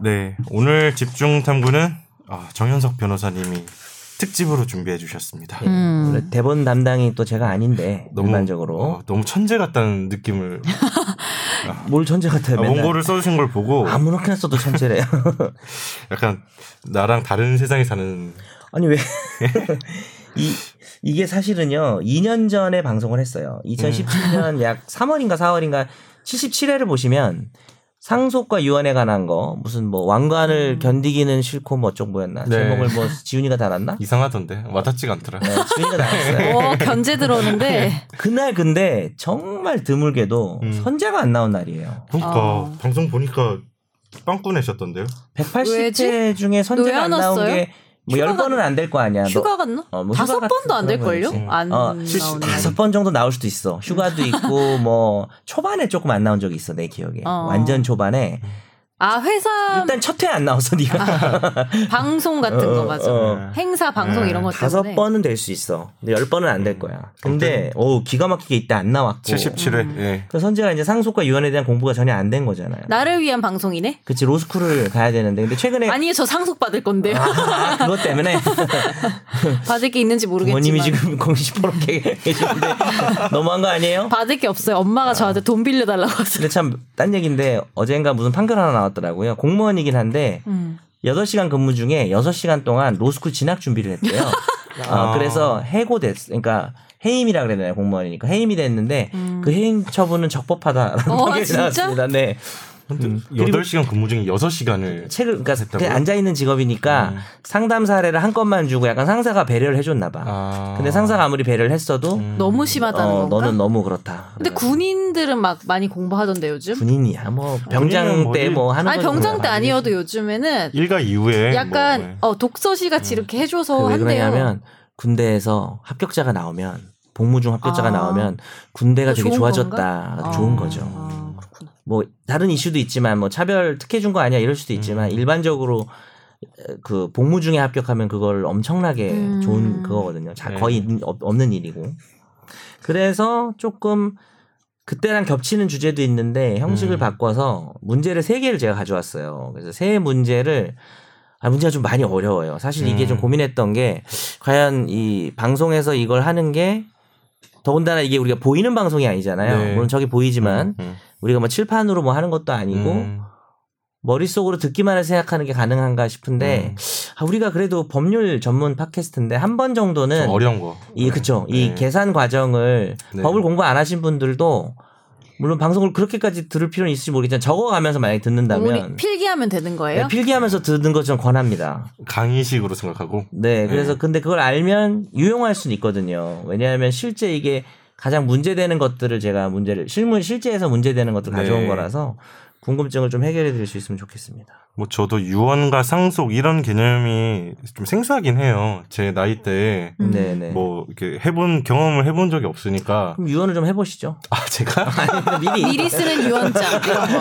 S1: 네, 오늘 집중 탐구는 아, 정현석 변호사님이 특집으로 준비해 주셨습니다.
S3: 예, 원래 대본 담당이 또 제가 아닌데 일반적으로
S1: 어, 너무 천재 같다는 느낌을
S3: 뭘 천재 같아요.
S1: 아,
S3: 맨날
S1: 원고를 써주신 걸 보고
S3: 아무렇게나 써도 천재래요.
S1: 약간 나랑 다른 세상에 사는
S3: 아니
S1: 예?
S3: 왜? 이 이게 사실은요. 2년 전에 방송을 했어요. 2017년
S1: 예.
S3: 약 3월인가 4월인가 77회를 보시면 상속과 유언에 관한 거 무슨 뭐 왕관을 견디기는 싫고 뭐 어쩌고 뭐였나
S1: 네.
S3: 제목을 뭐 지훈이가 달았나?
S1: 이상하던데 와닿지가 않더라.
S3: 네, 지훈이가 달았어요.
S2: 오 견제 들어오는데
S3: 그날 근데 정말 드물게도
S1: 음.
S3: 선재가 안 나온 날이에요.
S1: 그러니까
S2: 어.
S1: 방송 보니까 빵꾸 내셨던데요.
S3: 180회 중에
S2: 왜안
S3: 선재가 안 나온
S2: 왔어요?
S3: 게뭐 10번은 안 될 거 아니야. 너-
S2: 휴가 갔나?
S3: 어, 뭐 휴가
S2: 다섯
S3: 같은
S2: 번도 안
S3: 그런
S2: 될걸요?
S3: 거지.
S2: 안
S3: 어,
S2: 나오는
S3: 다섯 번 정도 나올 수도 있어. 휴가도 있고 뭐 초반에 조금 안 나온 적이 있어 내 기억에.
S2: 어.
S3: 완전 초반에
S2: 아 회사
S3: 일단 첫 회 안 나왔어
S2: 아,
S3: 네가.
S2: 방송 같은 거
S3: 어,
S2: 맞아.
S3: 어.
S2: 행사 방송
S1: 음,
S2: 이런 것
S3: 다섯
S2: 때문에.
S3: 번은 될 수 있어. 근데 열 번은 안 될 거야. 근데 오 기가 막히게 이때 안 나왔고.
S1: 77회.
S3: 음.
S1: 예.
S3: 그래서 선재가 이제 상속과 유언에 대한 공부가 전혀 안 된 거잖아요.
S2: 나를 위한 방송이네.
S3: 그치 로스쿨을 가야 되는데 근데 최근에
S2: 아니 저 상속 받을 건데요.
S3: 네. 아, 그것 때문에
S2: 받을 게 있는지 모르겠지만
S3: 부모님이 지금 공식 포렇게 계시는데 너무한 거 아니에요?
S2: 받을 게 없어요. 엄마가 저한테 돈 빌려달라고 하세요.
S3: 근데 참 딴 얘기인데 어젠가 무슨 판결 하나 나왔더라고요. 공무원이긴 한데
S2: 음.
S3: 8시간 근무 중에 6시간 동안 로스쿨 진학 준비를 했대요. 어, 그래서 해고됐, 그러니까 해임이라 그래야 되나요? 공무원이니까. 해임이 됐는데 그 해임 처분은 적법하다라는
S2: 음. 어,
S3: 판결이
S2: 진짜?
S3: 나왔습니다. 네.
S1: 근데
S3: 그리고-
S1: 8시간 근무 중에 6시간을
S3: 책을, 그러니까
S1: 됐다고요? 음.
S3: 그냥 앉아있는 직업이니까 상담 사례를 한 건만 주고 약간 상사가 배려를 해줬나 봐.
S1: 아. 음.
S3: 근데 상사가 아무리 배려를 했어도
S2: 너무 심하다는
S3: 어,
S2: 건가?
S3: 너는 너무 그렇다.
S2: 근데 군인들은 막 많이 공부하던데 요즘.
S3: 군인이야. 뭐 병장
S1: 군인은
S3: 때 뭐
S1: 뭐
S3: 하는
S2: 아니
S3: 거지
S2: 병장
S3: 뭐.
S2: 때 아니어도 요즘에는
S1: 일과 이후에
S2: 약간
S1: 뭐, 예.
S2: 어 독서시 같이 이렇게 해줘서
S3: 음.
S2: 어,
S3: 그왜
S2: 한대요.
S3: 그러냐면 군대에서 합격자가 나오면 복무 중 합격자가
S2: 아. 어,
S3: 나오면 군대가 되게
S2: 좋은
S3: 좋아졌다.
S2: 건가?
S3: 좋은
S2: 아,
S3: 거죠.
S2: 아, 그렇구나.
S3: 뭐 다른 이슈도 있지만 뭐 차별 특혜 준 거 아니야 이럴 수도
S1: 음.
S3: 있지만 일반적으로 그 복무 중에 합격하면 그걸 엄청나게
S2: 음.
S3: 좋은 그거거든요. 자,
S1: 네.
S3: 거의 없- 없는 일이고. 그래서 조금 그때랑 겹치는 주제도 있는데 형식을
S1: 음.
S3: 바꿔서 문제를 세 개를 제가 가져왔어요. 그래서 세 문제를 아 문제가 좀 많이 어려워요. 사실 이게
S1: 음.
S3: 좀 고민했던 게 과연 이 방송에서 이걸 하는 게 더군다나 이게 우리가 보이는 방송이 아니잖아요.
S1: 네.
S3: 물론 저기 보이지만
S1: 음.
S3: 우리가 뭐 칠판으로 뭐 하는 것도 아니고
S1: 음.
S3: 머릿속으로 듣기만 해서 생각하는 게 가능한가 싶은데
S1: 음.
S3: 아, 우리가 그래도 법률 전문 팟캐스트인데 한 번 정도는
S1: 좀 어려운 거.
S3: 이 그쵸 이
S1: 네.
S3: 계산 과정을
S1: 네.
S3: 법을 공부 안 하신 분들도 물론 방송을 그렇게까지 들을 필요는 있을지 모르겠지만 적어가면서 만약에
S2: 우리
S3: 듣는다면
S2: 필기하면 되는 거예요?
S3: 네, 필기하면서 듣는 것 좀 권합니다.
S1: 강의식으로 생각하고
S2: 음.
S3: 네, 그래서
S1: 네.
S3: 근데 그걸 알면 유용할 수는 있거든요. 왜냐하면 실제 이게 가장 문제되는 것들을 제가 문제를 실무 실제에서 문제되는 것들을
S1: 네.
S3: 가져온 거라서 궁금증을 좀 해결해 드릴 수 있으면 좋겠습니다.
S1: 뭐 저도 유언과 상속 이런 개념이 좀 생소하긴 해요. 제 나이 때에
S2: 음.
S3: 네, 네.
S1: 뭐 이렇게 해본 경험을 해본 적이 없으니까
S3: 그럼 유언을 좀 해보시죠.
S1: 아 제가
S3: 아니, 미리.
S2: 미리 쓰는 유언장 이런 거.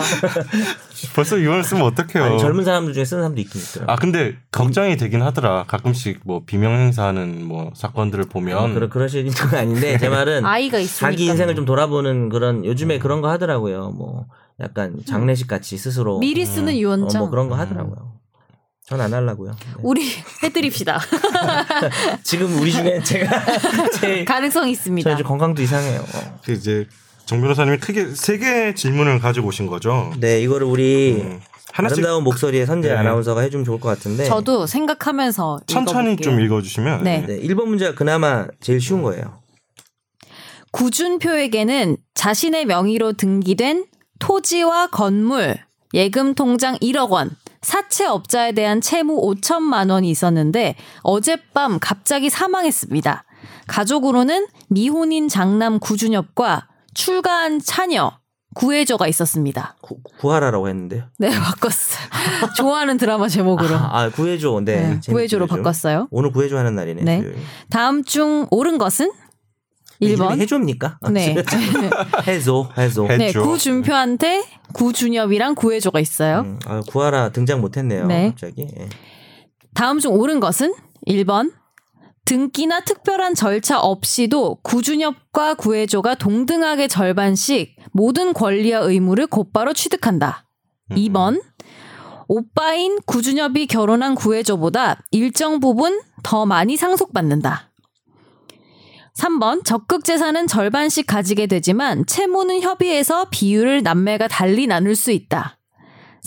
S1: 벌써 유언을 쓰면 어떡해요?
S3: 아니, 젊은 사람들 중에 쓰는 사람도 있긴 있어요.
S1: 아 근데 걱정이 되긴 하더라. 가끔씩 뭐 비명 행사하는 뭐 사건들을 보면
S3: 아, 그러, 그러실 건 아닌데 제 말은
S2: 아이가 있으니까. 음.
S3: 자기 인생을 좀 돌아보는 그런 요즘에 그런 거 하더라고요. 뭐 약간 장례식 같이 스스로
S2: 미리 음. 쓰는
S3: 어,
S2: 유언장.
S3: 뭐 그런 거 하더라고요. 전 안 하려고요. 네.
S2: 우리 해드립시다.
S3: 지금 우리 중에 제가 제일
S2: 가능성 이 있습니다.
S3: 저 이제 건강도 이상해요. 어.
S1: 그 이제 정 변호사님이 크게 세 개의 질문을 가지고 오신 거죠.
S3: 네, 이거를 우리
S1: 음. 하나씩
S3: 아름다운 목소리의 선재
S1: 네.
S3: 아나운서가 해주면 좋을 것 같은데.
S2: 저도 생각하면서
S1: 천천히
S2: 읽어볼게요.
S1: 좀 읽어주시면
S2: 네.
S3: 네, 1번 문제가 그나마 제일 쉬운 거예요.
S2: 구준표에게는 자신의 명의로 등기된 토지와 건물, 예금 통장 1억 원, 사채업자에 대한 채무 5천만 원이 있었는데 어젯밤 갑자기 사망했습니다. 가족으로는 미혼인 장남 구준엽과 출가한 차녀 구혜조가 있었습니다.
S3: 구, 구하라라고 했는데요.
S2: 네, 바꿨어요. 좋아하는 드라마 제목으로.
S3: 아 구해줘. 네.
S2: 네,
S3: 재밌죠,
S2: 구혜조로
S3: 요즘.
S2: 바꿨어요.
S3: 오늘 구해줘 하는 날이네. 그.
S2: 네.
S3: 수요일.
S2: 다음 중 옳은 것은? 1번.
S3: 네, 해줘입니까? 아,
S2: 네.
S3: 해줘 해줘.
S1: 해-
S2: 네,
S1: 했죠.
S2: 구준표한테 구준엽이랑 구혜조가 있어요.
S3: 음, 아, 구하라 등장 못했네요.
S2: 네.
S3: 갑자기. 예.
S2: 다음 중 옳은 것은 1번 등기나 특별한 절차 없이도 구준엽과 구혜조가 동등하게 절반씩 모든 권리와 의무를 곧바로 취득한다.
S1: 음.
S2: 2번 오빠인 구준엽이 결혼한 구혜조보다 일정 부분 더 많이 상속받는다. 3번 적극 재산은 절반씩 가지게 되지만 채무는 협의해서 비율을 남매가 달리 나눌 수 있다.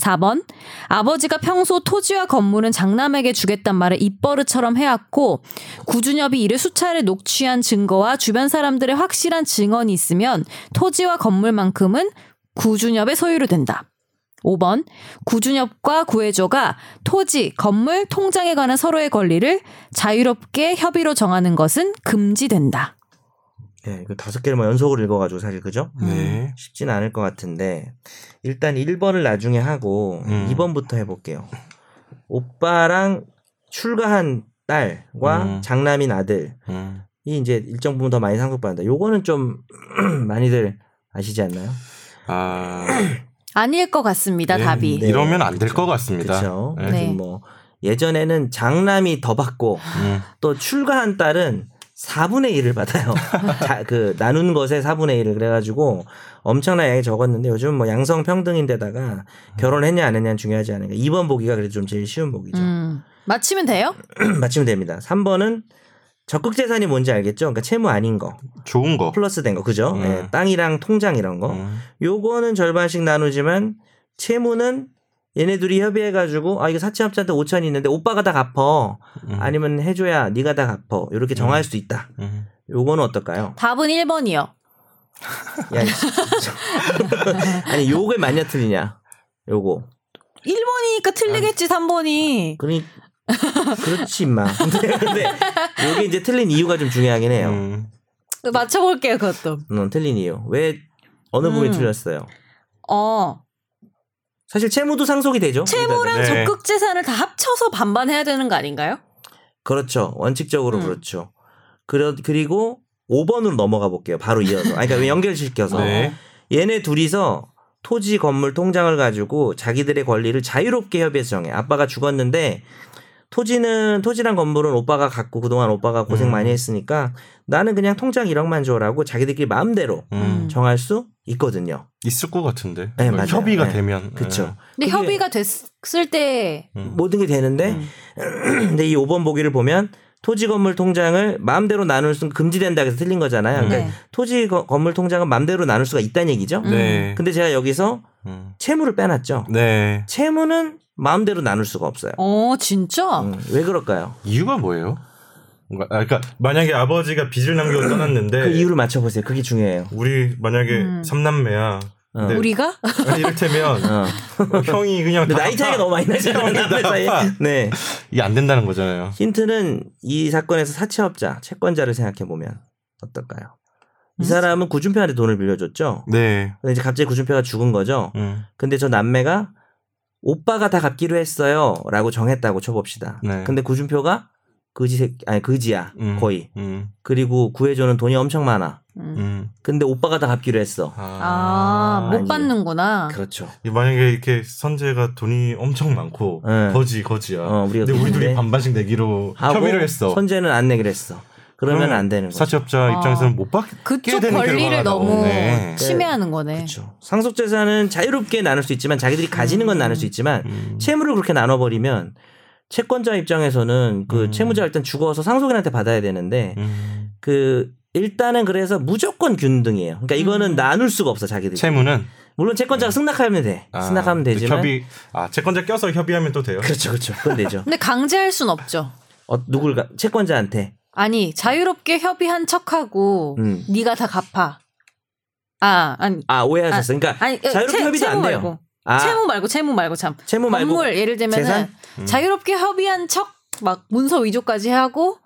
S2: 4번 아버지가 평소 토지와 건물은 장남에게 주겠단 말을 입버릇처럼 해왔고 구준엽이 이를 수차례 녹취한 증거와 주변 사람들의 확실한 증언이 있으면 토지와 건물만큼은 구준엽의 소유로 된다. 5번 구준엽과 구혜조가 토지, 건물, 통장에 관한 서로의 권리를 자유롭게 협의로 정하는 것은 금지된다.
S3: 예, 그 다섯 개를 막 연속으로 읽어가지고 사실 그죠?
S1: 네.
S3: 쉽진 않을 것 같은데 일단 1번을 나중에 하고
S1: 음.
S3: 2번부터 해볼게요. 오빠랑 출가한 딸과
S1: 음.
S3: 장남인 아들이
S1: 음.
S3: 이제 일정 부분 더 많이 상속받는다. 요거는 좀 많이들 아시지 않나요?
S1: 아,
S2: 아닐 것 같습니다.
S1: 네,
S2: 답이.
S1: 네. 이러면 안 될 것 같습니다.
S3: 그렇죠.
S1: 네.
S2: 네.
S3: 뭐 예전에는 장남이 더 받고
S1: 음.
S3: 또 출가한 딸은 4분의 1을 받아요. 자, 그 나눈 것의 4분의 1을 그래가지고 엄청난 양이 적었는데 요즘 뭐 양성 평등인데다가
S1: 음.
S3: 결혼했냐 안 했냐는 중요하지 않으니까 2번 보기가 그래도 좀 제일 쉬운 보기죠.
S2: 음. 맞히면 돼요?
S1: 음.
S3: 맞추면 됩니다. 3번은 적극 재산이 뭔지 알겠죠? 그러니까 채무 아닌 거
S1: 좋은 거.
S3: 플러스 된 거 그죠?
S1: 음.
S3: 예, 땅이랑 통장 이런 거.
S1: 음.
S3: 요거는 절반씩 나누지만 채무는 얘네 둘이 협의해가지고 아 이거 사채업자한테 5천 있는데 오빠가 다 갚어
S1: 음.
S3: 아니면 해줘야 네가 다 갚어 이렇게 정할 수 있다.
S1: 음.
S3: 요거는 어떨까요?
S2: 답은 1번이요.
S3: 야, 이 진짜. 아니 요걸 맞냐 틀리냐? 요거.
S2: 1번이니까 틀리겠지, 3번이.
S3: 그러니 그렇지 임마. 근데 요게 이제 틀린 이유가 좀 중요하긴 해요. 음.
S1: 음.
S2: 네, 맞춰볼게요, 그것도.
S3: 틀린 이유. 왜 어느 부분이
S2: 음.
S3: 틀렸어요?
S2: 어.
S3: 사실 채무도 상속이 되죠.
S2: 채무랑
S1: 네.
S2: 적극 재산을 다 합쳐서 반반 해야 되는 거 아닌가요?
S3: 그렇죠. 원칙적으로
S2: 음.
S3: 그렇죠. 그러, 그리고 5번으로 넘어가 볼게요. 바로 이어서. 아니, 그러니까 연결시켜서.
S1: 네.
S3: 얘네 둘이서 토지, 건물, 통장을 가지고 자기들의 권리를 자유롭게 협의해서 정해. 아빠가 죽었는데 토지는 토지랑 건물은 오빠가 갖고 그동안 오빠가 고생
S1: 음.
S3: 많이 했으니까 나는 그냥 통장 1억만 줘라고 자기들끼리 마음대로
S1: 음.
S2: 음.
S3: 정할 수 있거든요.
S1: 있을 것 같은데.
S3: 네, 맞아요.
S1: 그러니까 협의가
S3: 네.
S1: 되면.
S3: 그쵸. 뭐,
S2: 근데
S3: 그게-
S2: 협의가 됐을 때
S1: 네. 음.
S3: 모든 게 되는데
S2: 음.
S3: 근데 이 5번 보기를 보면 토지 건물 통장을 마음대로 나눌 수 금지된다 해서 틀린 거잖아요.
S1: 네.
S3: 그러니까 토지 거- 건물 통장은 마음대로 나눌 수가 있다는 얘기죠.
S2: 음.
S1: 네.
S3: 근데 제가 여기서
S1: 음.
S3: 채무를 빼놨죠.
S1: 네.
S3: 채무는 마음대로 나눌 수가 없어요.
S2: 어, 진짜?
S3: 음, 왜 그럴까요?
S1: 이유가 뭐예요? 뭔가- 아, 그러니까 만약에 아버지가 빚을 남기고 떠났는데
S3: 그 이유를 맞춰보세요. 그게 중요해요.
S1: 우리 만약에
S2: 음.
S1: 삼남매야.
S3: 어.
S1: 네.
S2: 우리가?
S1: 아니, 이를테면
S3: 어.
S1: 형이 그냥
S3: 근데
S1: 다
S3: 나이 차이가
S1: 아파.
S3: 너무 많이 나잖아요. 남녀 사이에.
S1: 아파.
S3: 네.
S1: 이게 안 된다는 거잖아요.
S3: 힌트는 이 사건에서 사채업자, 채권자를 생각해 보면 어떨까요?
S2: 음?
S3: 이 사람은 구준표한테 돈을 빌려줬죠.
S1: 네.
S3: 근데 이제 갑자기 구준표가 죽은 거죠.
S1: 음.
S3: 근데 저 남매가 오빠가 다 갚기로 했어요. 라고 정했다고 쳐봅시다.
S1: 네.
S3: 근데 구준표가 그지, 새- 아니, 그지야.
S1: 음.
S3: 거의.
S1: 음.
S3: 그리고 구해줘는 돈이 엄청 많아.
S2: 음.
S1: 음.
S3: 근데 오빠가 다 갚기로 했어.
S2: 아, 못
S3: 아니에요.
S2: 받는구나.
S3: 그렇죠.
S1: 이 만약에 이렇게 선재가 돈이 엄청 많고
S3: 네.
S1: 거지 거지야.
S3: 어, 우리가
S1: 근데 우리 둘이
S3: 그랬는데
S1: 반반씩 내기로
S3: 하고
S1: 협의를 했어.
S3: 선재는 안 내기로 했어. 그러면 안 되는 거죠.
S1: 사채업자
S2: 아.
S1: 입장에서는 못 받게
S2: 그쪽
S1: 되는 결과가
S2: 권리를 너무
S1: 나오네.
S2: 침해하는 거네.
S3: 그렇죠. 상속 재산은 자유롭게 나눌 수 있지만 자기들이 가지는 건 나눌 수 있지만
S1: 음.
S3: 채무를 그렇게 나눠버리면 채권자 입장에서는 그
S1: 음.
S3: 채무자 일단 죽어서 상속인한테 받아야 되는데
S1: 음.
S3: 그 일단은 그래서 무조건 균등이에요. 그러니까 이거는
S2: 음.
S3: 나눌 수가 없어 자기들. 이
S1: 채무는 음.
S3: 물론 채권자가 승낙하면 돼.
S1: 아,
S3: 승낙하면
S1: 그
S3: 네. 되지만
S1: 협의 아 채권자 껴서 협의하면 또 돼요.
S3: 그렇죠, 그렇죠. 그건 되죠.
S2: 근데 강제할 순 없죠.
S3: 어, 누굴 가- 채권자한테
S2: 아니, 자유롭게 협의한 척하고
S3: 음.
S2: 네가 다 갚아. 아, 아니.
S3: 아 오해하셨어. 요 그러니까
S2: 아니,
S3: 자유롭게 협의도 안 돼요.
S2: 말고.
S3: 아,
S2: 채무 말고 채무 말고 참.
S3: 채무 뭐 말고
S2: 건물 예를 들면
S3: 재산? 음.
S2: 자유롭게 협의한 척 막 문서 위조까지 하고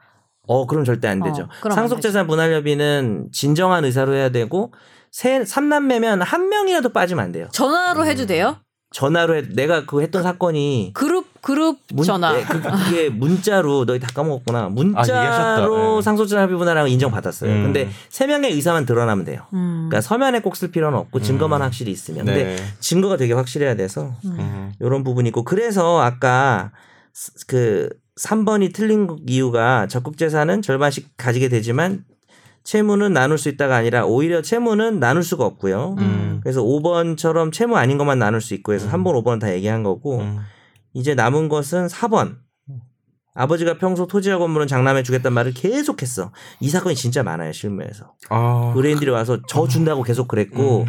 S3: 어, 그럼 절대 안 되죠.
S2: 어, 그럼 안 되죠.
S3: 상속재산 분할협의는 진정한 의사로 해야 되고 세, 삼남매면 한 명이라도 빠지면 안 돼요.
S2: 전화로
S3: 음.
S2: 해도 돼요?
S3: 전화로 해, 내가 그 했던 사건이
S2: 그룹 그룹
S3: 문,
S2: 아, 전화.
S3: 네, 그, 그게 문자로 너희 다 까먹었구나. 문자로
S1: 이해하셨다. 네.
S3: 상속재산 합의 분할하고 인정받았어요.
S1: 음.
S3: 근데 세 명의 의사만 드러나면 돼요.
S2: 음.
S3: 그러니까 서면에 꼭 쓸 필요는 없고 증거만
S1: 음.
S3: 확실히 있으면. 근데
S1: 네.
S3: 증거가 되게 확실해야 돼서
S2: 음.
S1: 음.
S3: 이런 부분이 있고 그래서 아까 스- 그 3번이 틀린 이유가 적극 재산은 절반씩 가지게 되지만 채무는 나눌 수 있다가 아니라 오히려 채무는 나눌 수가 없고요.
S2: 음.
S3: 그래서 5번처럼 채무 아닌 것만 나눌 수 있고 해서
S1: 음.
S3: 3번, 5번 다 얘기한 거고
S1: 음.
S3: 이제 남은 것은 4번. 아버지가 평소 토지와 건물은 장남에 주겠단 말을 계속했어. 이 사건이 진짜 많아요 실무에서.
S1: 아.
S3: 의뢰인들이 와서 저 준다고 계속 그랬고,
S1: 음.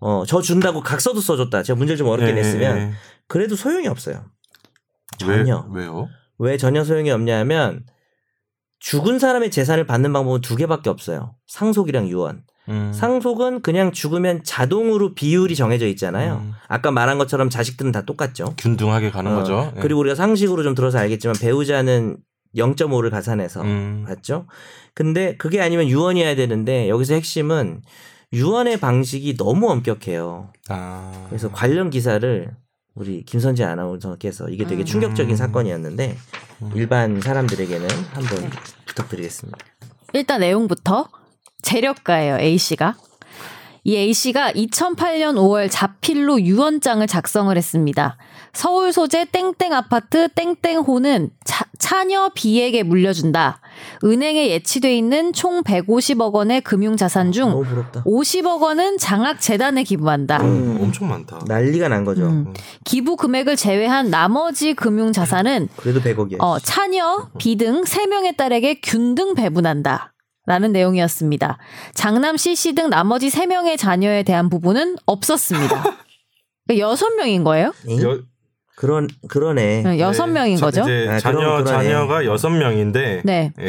S3: 어 저 준다고 각서도 써줬다. 제가 문제 를좀 어렵게
S1: 예,
S3: 냈으면
S1: 예, 예.
S3: 그래도 소용이 없어요.
S1: 왜,
S3: 전혀.
S1: 왜요?
S3: 왜 전혀 소용이 없냐면 죽은 사람의 재산을 받는 방법은 두 개밖에 없어요. 상속이랑 유언.
S1: 음.
S3: 상속은 그냥 죽으면 자동으로 비율이 정해져 있잖아요.
S1: 음.
S3: 아까 말한 것처럼 자식들은 다 똑같죠.
S1: 균등하게 가는
S3: 어,
S1: 거죠. 예.
S3: 그리고 우리가 상식으로 좀 들어서 알겠지만 배우자는 0.5를 가산해서
S1: 음.
S3: 맞죠? 근데 그게 아니면 유언이어야 되는데 여기서 핵심은 유언의 방식이 너무 엄격해요.
S1: 아.
S3: 그래서 관련 기사를 우리 김선재 아나운서께서 이게 되게
S2: 음.
S3: 충격적인
S1: 음.
S3: 사건이었는데
S1: 음.
S3: 일반 사람들에게는 한번 부탁드리겠습니다.
S2: 일단 내용부터 재력가예요 A 씨가. 이 A 씨가 2008년 5월 자필로 유언장을 작성을 했습니다. 서울 소재 땡땡 아파트 땡땡호는 차, 차녀 B에게 물려준다. 은행에 예치돼 있는 총 150억 원의 금융 자산 중
S3: 너무 부럽다.
S2: 50억 원은 장학 재단에 기부한다.
S1: 음, 엄청 많다.
S3: 난리가 난 거죠.
S2: 음. 기부 금액을 제외한 나머지 금융 자산은
S3: 그래도 100억이에요.
S2: 어, 차녀, 비등 3명의 딸에게 균등 배분한다. 라는 내용이었습니다. 장남 CC 등 나머지 3명의 자녀에 대한 부분은 없었습니다. 그러니까 6명인 거예요?
S1: 여,
S3: 그런 그러네.
S2: 네, 6명인
S1: 자-
S2: 거죠?
S1: 이제
S3: 아,
S1: 자녀
S3: 그럼 그러네.
S1: 자녀가 여섯 명인데
S2: 네.
S1: 예.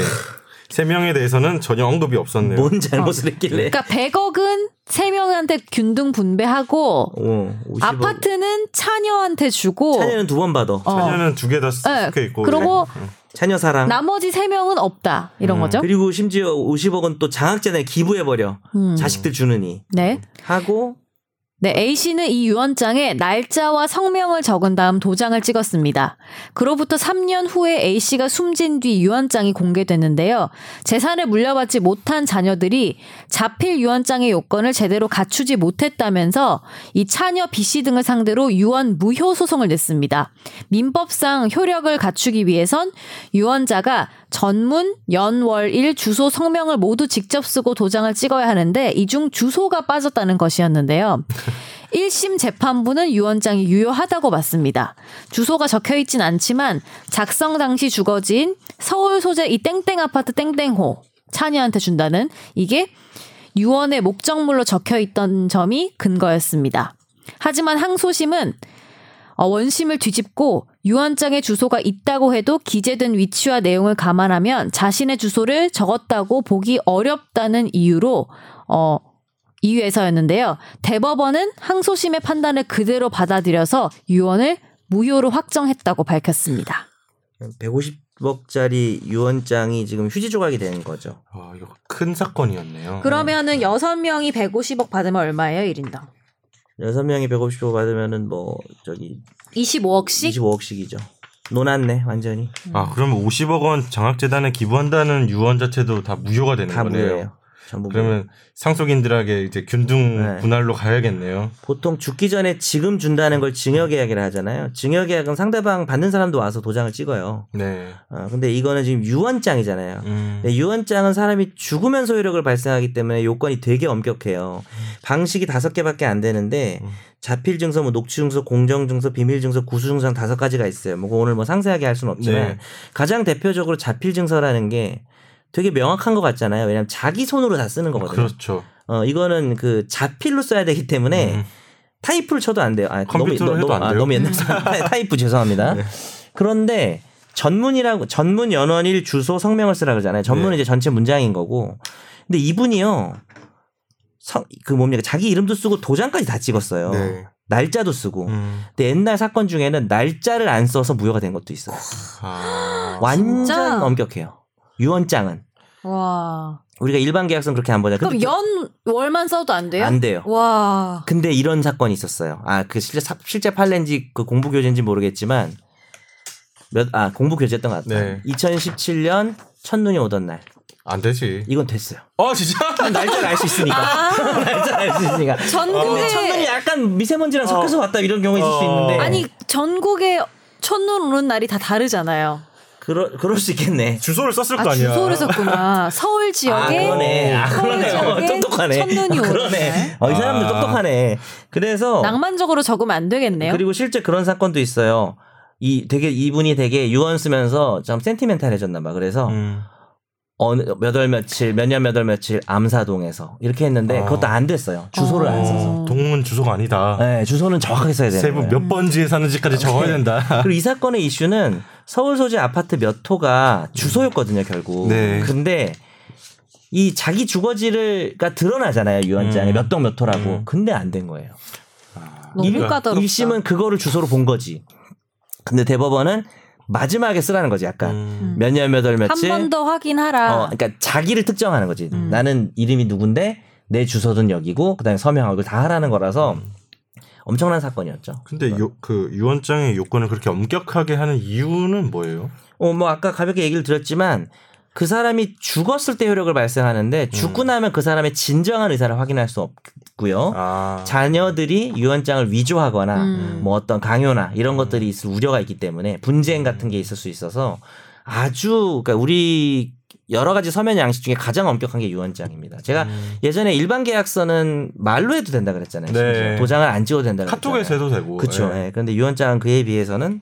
S1: 세 명에 대해서는 전혀 언급이 없었네요.
S3: 뭔 잘못을 했길래?
S2: 어. 그러니까 100억은 3명한테 균등 분배하고
S3: 어, 50억.
S2: 아파트는 차녀한테 주고
S3: 차녀는 두 번 받아.
S2: 어.
S1: 자녀는 두 개 다 섞여 있고.
S2: 그리고
S3: 차녀 사랑.
S2: 나머지 3명은 없다. 이런
S1: 음.
S2: 거죠?
S3: 그리고 심지어 50억은 또 장학재단에 기부해 버려.
S2: 음.
S3: 그 자식들 주느니
S2: 네.
S3: 하고
S2: 네, A씨는 이 유언장에 날짜와 성명을 적은 다음 도장을 찍었습니다. 그로부터 3년 후에 A씨가 숨진 뒤 유언장이 공개됐는데요. 재산을 물려받지 못한 자녀들이 자필 유언장의 요건을 제대로 갖추지 못했다면서 이 차녀 B씨 등을 상대로 유언 무효 소송을 냈습니다. 민법상 효력을 갖추기 위해선 유언자가 전문, 연, 월, 일, 주소, 성명을 모두 직접 쓰고 도장을 찍어야 하는데 이 중 주소가 빠졌다는 것이었는데요. 1심 재판부는 유언장이 유효하다고 봤습니다. 주소가 적혀 있진 않지만 작성 당시 주거지인 서울 소재 이 땡땡 아파트 땡땡호 찬이한테 준다는 이게 유언의 목적물로 적혀 있던 점이 근거였습니다. 하지만 항소심은 어, 원심을 뒤집고 유언장의 주소가 있다고 해도 기재된 위치와 내용을 감안하면 자신의 주소를 적었다고 보기 어렵다는 이유로 어, 이유에서였는데요. 대법원은 항소심의 판단을 그대로 받아들여서 유언을 무효로 확정했다고 밝혔습니다.
S3: 150억짜리 유언장이 지금 휴지 조각이 된 거죠.
S1: 아, 이거 큰 사건이었네요.
S2: 그러면은 6명이 150억 받으면 얼마예요, 1인당?
S3: 여섯 명이 150억 받으면은 뭐 저기
S2: 25억씩?
S3: 25억씩이죠. 논았네 완전히
S1: 아, 그러면 50억 원 장학재단에 기부한다는 유언 자체도 다 무효가 되는
S3: 다
S1: 거네요.
S3: 무효예요. 전부 무효.
S1: 그러면 상속인들에게 이제 균등
S3: 네.
S1: 분할로 가야겠네요.
S3: 보통 죽기 전에 지금 준다는 걸 증여계약이라 하잖아요. 증여계약은 상대방 받는 사람도 와서 도장을 찍어요.
S1: 네.
S3: 어, 근데 이거는 지금 유언장이잖아요.
S1: 음.
S3: 근데 네, 유언장은 사람이 죽으면 소유력을 발생하기 때문에 요건이 되게 엄격해요. 방식이 다섯 개밖에 안 되는데
S1: 음.
S3: 자필 증서, 뭐 녹취 증서, 공정 증서, 비밀 증서, 구수 증서 다섯 가지가 있어요. 뭐 그거 오늘 뭐 상세하게 할 수는 없지만
S1: 네.
S3: 가장 대표적으로 자필 증서라는 게 되게 명확한 것 같잖아요. 왜냐하면 자기 손으로 다 쓰는 거거든요.
S1: 그렇죠.
S3: 어 이거는 그 자필로 써야 되기 때문에
S1: 음.
S3: 타이프를 쳐도 안 돼요. 아,
S1: 컴퓨터로
S3: 너무,
S1: 해도
S3: 너무,
S1: 안
S3: 아,
S1: 돼요? 네.
S3: 너무 옛날 사람. 타- 타이프 죄송합니다. 그런데 전문이라고 전문 연원일 주소 성명을 쓰라 그러잖아요. 전문은
S1: 네.
S3: 이제 전체 문장인 거고. 근데 이분이요. 성, 그 뭡니까 자기 이름도 쓰고 도장까지 다 찍었어요. 어.
S1: 네.
S3: 날짜도 쓰고.
S1: 음.
S3: 근데 옛날 사건 중에는 날짜를 안 써서 무효가 된 것도 있어요.
S1: 아.
S3: 완전
S2: 진짜?
S3: 엄격해요. 유언장은
S2: 와.
S3: 우리가 일반 계약서는 그렇게 안 보잖아요.
S2: 그럼
S3: 근데
S2: 연 월만 써도 안 돼요?
S3: 안 돼요.
S2: 와.
S3: 근데 이런 사건이 있었어요. 아, 그 실제 사- 실제 판례인지 그 공부 교재인지 모르겠지만 몇 아, 공부 교재였던 것 같아요.
S1: 네.
S3: 2017년 첫눈이 오던 날.
S1: 아, 안 되지.
S3: 이건 됐어요.
S1: 어 진짜?
S3: 날짜를 알 수 있으니까. 날짜를 알 수 있으니까.
S2: 아, 전국에
S3: 근데 첫눈이 약간 미세먼지랑 섞여서 왔다 이런 경우 있을 수
S1: 어.
S3: 있는데
S2: 아니 전국에 첫눈 오는 날이 다 다르잖아요.
S3: 그러, 그럴 수 있겠네.
S1: 주소를 썼을 거
S2: 아
S1: 아니야.
S2: 주소를 썼구나. 서울
S3: 아,
S2: 지역에
S3: 그러네. 아,
S2: 서울
S3: 그러네. 어,
S2: 지역에
S3: 똑똑하네.
S2: 첫눈이
S3: 어,
S2: 오는
S3: 그러네.
S2: 날.
S3: 어, 이 사람들
S1: 아.
S3: 똑똑하네. 그래서
S2: 낭만적으로 적으면 안 되겠네요.
S3: 그리고 실제 그런 사건도 있어요. 이 되게 이분이 되게 유언 쓰면서 좀 센티멘탈해졌나 봐. 그래서
S1: 음.
S3: 어느 몇월 며칠 몇 년 몇 월 며칠 암사동에서 이렇게 했는데
S1: 아.
S3: 그것도 안 됐어요. 주소를 안 써서.
S1: 어, 동문 주소가 아니다.
S3: 네, 주소는 정확하게 써야 돼요.
S1: 세부 몇 번지에 사는지까지 적어야 된다.
S3: 그리고 이 사건의 이슈는 서울 소재 아파트 몇 호가 주소였거든요, 결국.
S1: 네.
S3: 근데 이 자기 주거지를가 드러나잖아요,
S1: 음.
S3: 유언장에 몇 동 몇 호라고.
S1: 음.
S3: 근데 안 된 거예요.
S2: 너무
S1: 일-
S2: 까다롭다.
S3: 1심은 그거를 주소로 본 거지. 근데 대법원은 마지막에 쓰라는 거지, 약간.
S1: 음.
S3: 몇 년 몇 월
S2: 한
S3: 며칠.
S2: 번 더 확인하라.
S3: 어, 그러니까 자기를 특정하는 거지.
S2: 음.
S3: 나는 이름이 누군데 내 주소는 여기고 그다음에 서명하고 다 하라는 거라서 엄청난 사건이었죠.
S1: 근데 요, 음. 그 유언장의 요건을 그렇게 엄격하게 하는 이유는 뭐예요?
S3: 어, 뭐 아까 가볍게 얘기를 드렸지만 그 사람이 죽었을 때 효력을
S1: 음.
S3: 발생하는데 죽고 나면 그 사람의 진정한 의사를 확인할 수 없고요.
S1: 아.
S3: 자녀들이 유언장을 위조하거나
S2: 음.
S3: 뭐 어떤 강요나 이런 것들이 있을 우려가 있기 때문에 분쟁 같은 게 있을 수 있어서 아주 그러니까 우리 여러 가지 서면 양식 중에 가장 엄격한 게 유언장입니다. 제가
S1: 음.
S3: 예전에 일반 계약서는 말로 해도 된다 그랬잖아요.
S1: 네.
S3: 심지어. 도장을 안 찍어도 된다 그랬잖아요.
S1: 카톡에서 해도 되고.
S3: 그렇죠.
S1: 예.
S3: 예. 그런데 유언장은 그에 비해서는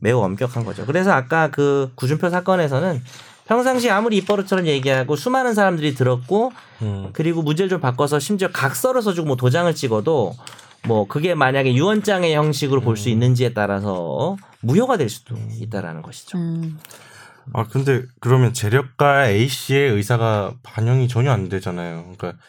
S3: 매우 엄격한 거죠. 그래서 아까 그 구준표 사건에서는 평상시 아무리 입버릇처럼 얘기하고 수많은 사람들이 들었고
S1: 음.
S3: 그리고 문제를 좀 바꿔서 심지어 각서를 써주고 뭐 도장을 찍어도 뭐 그게 만약에 유언장의 형식으로 볼
S1: 음.
S3: 수 있는지에 따라서 무효가 될 수도 있다라는 것이죠.
S2: 음.
S1: 아 근데 그러면 재력가 A 씨의 의사가 반영이 전혀 안 되잖아요. 그러니까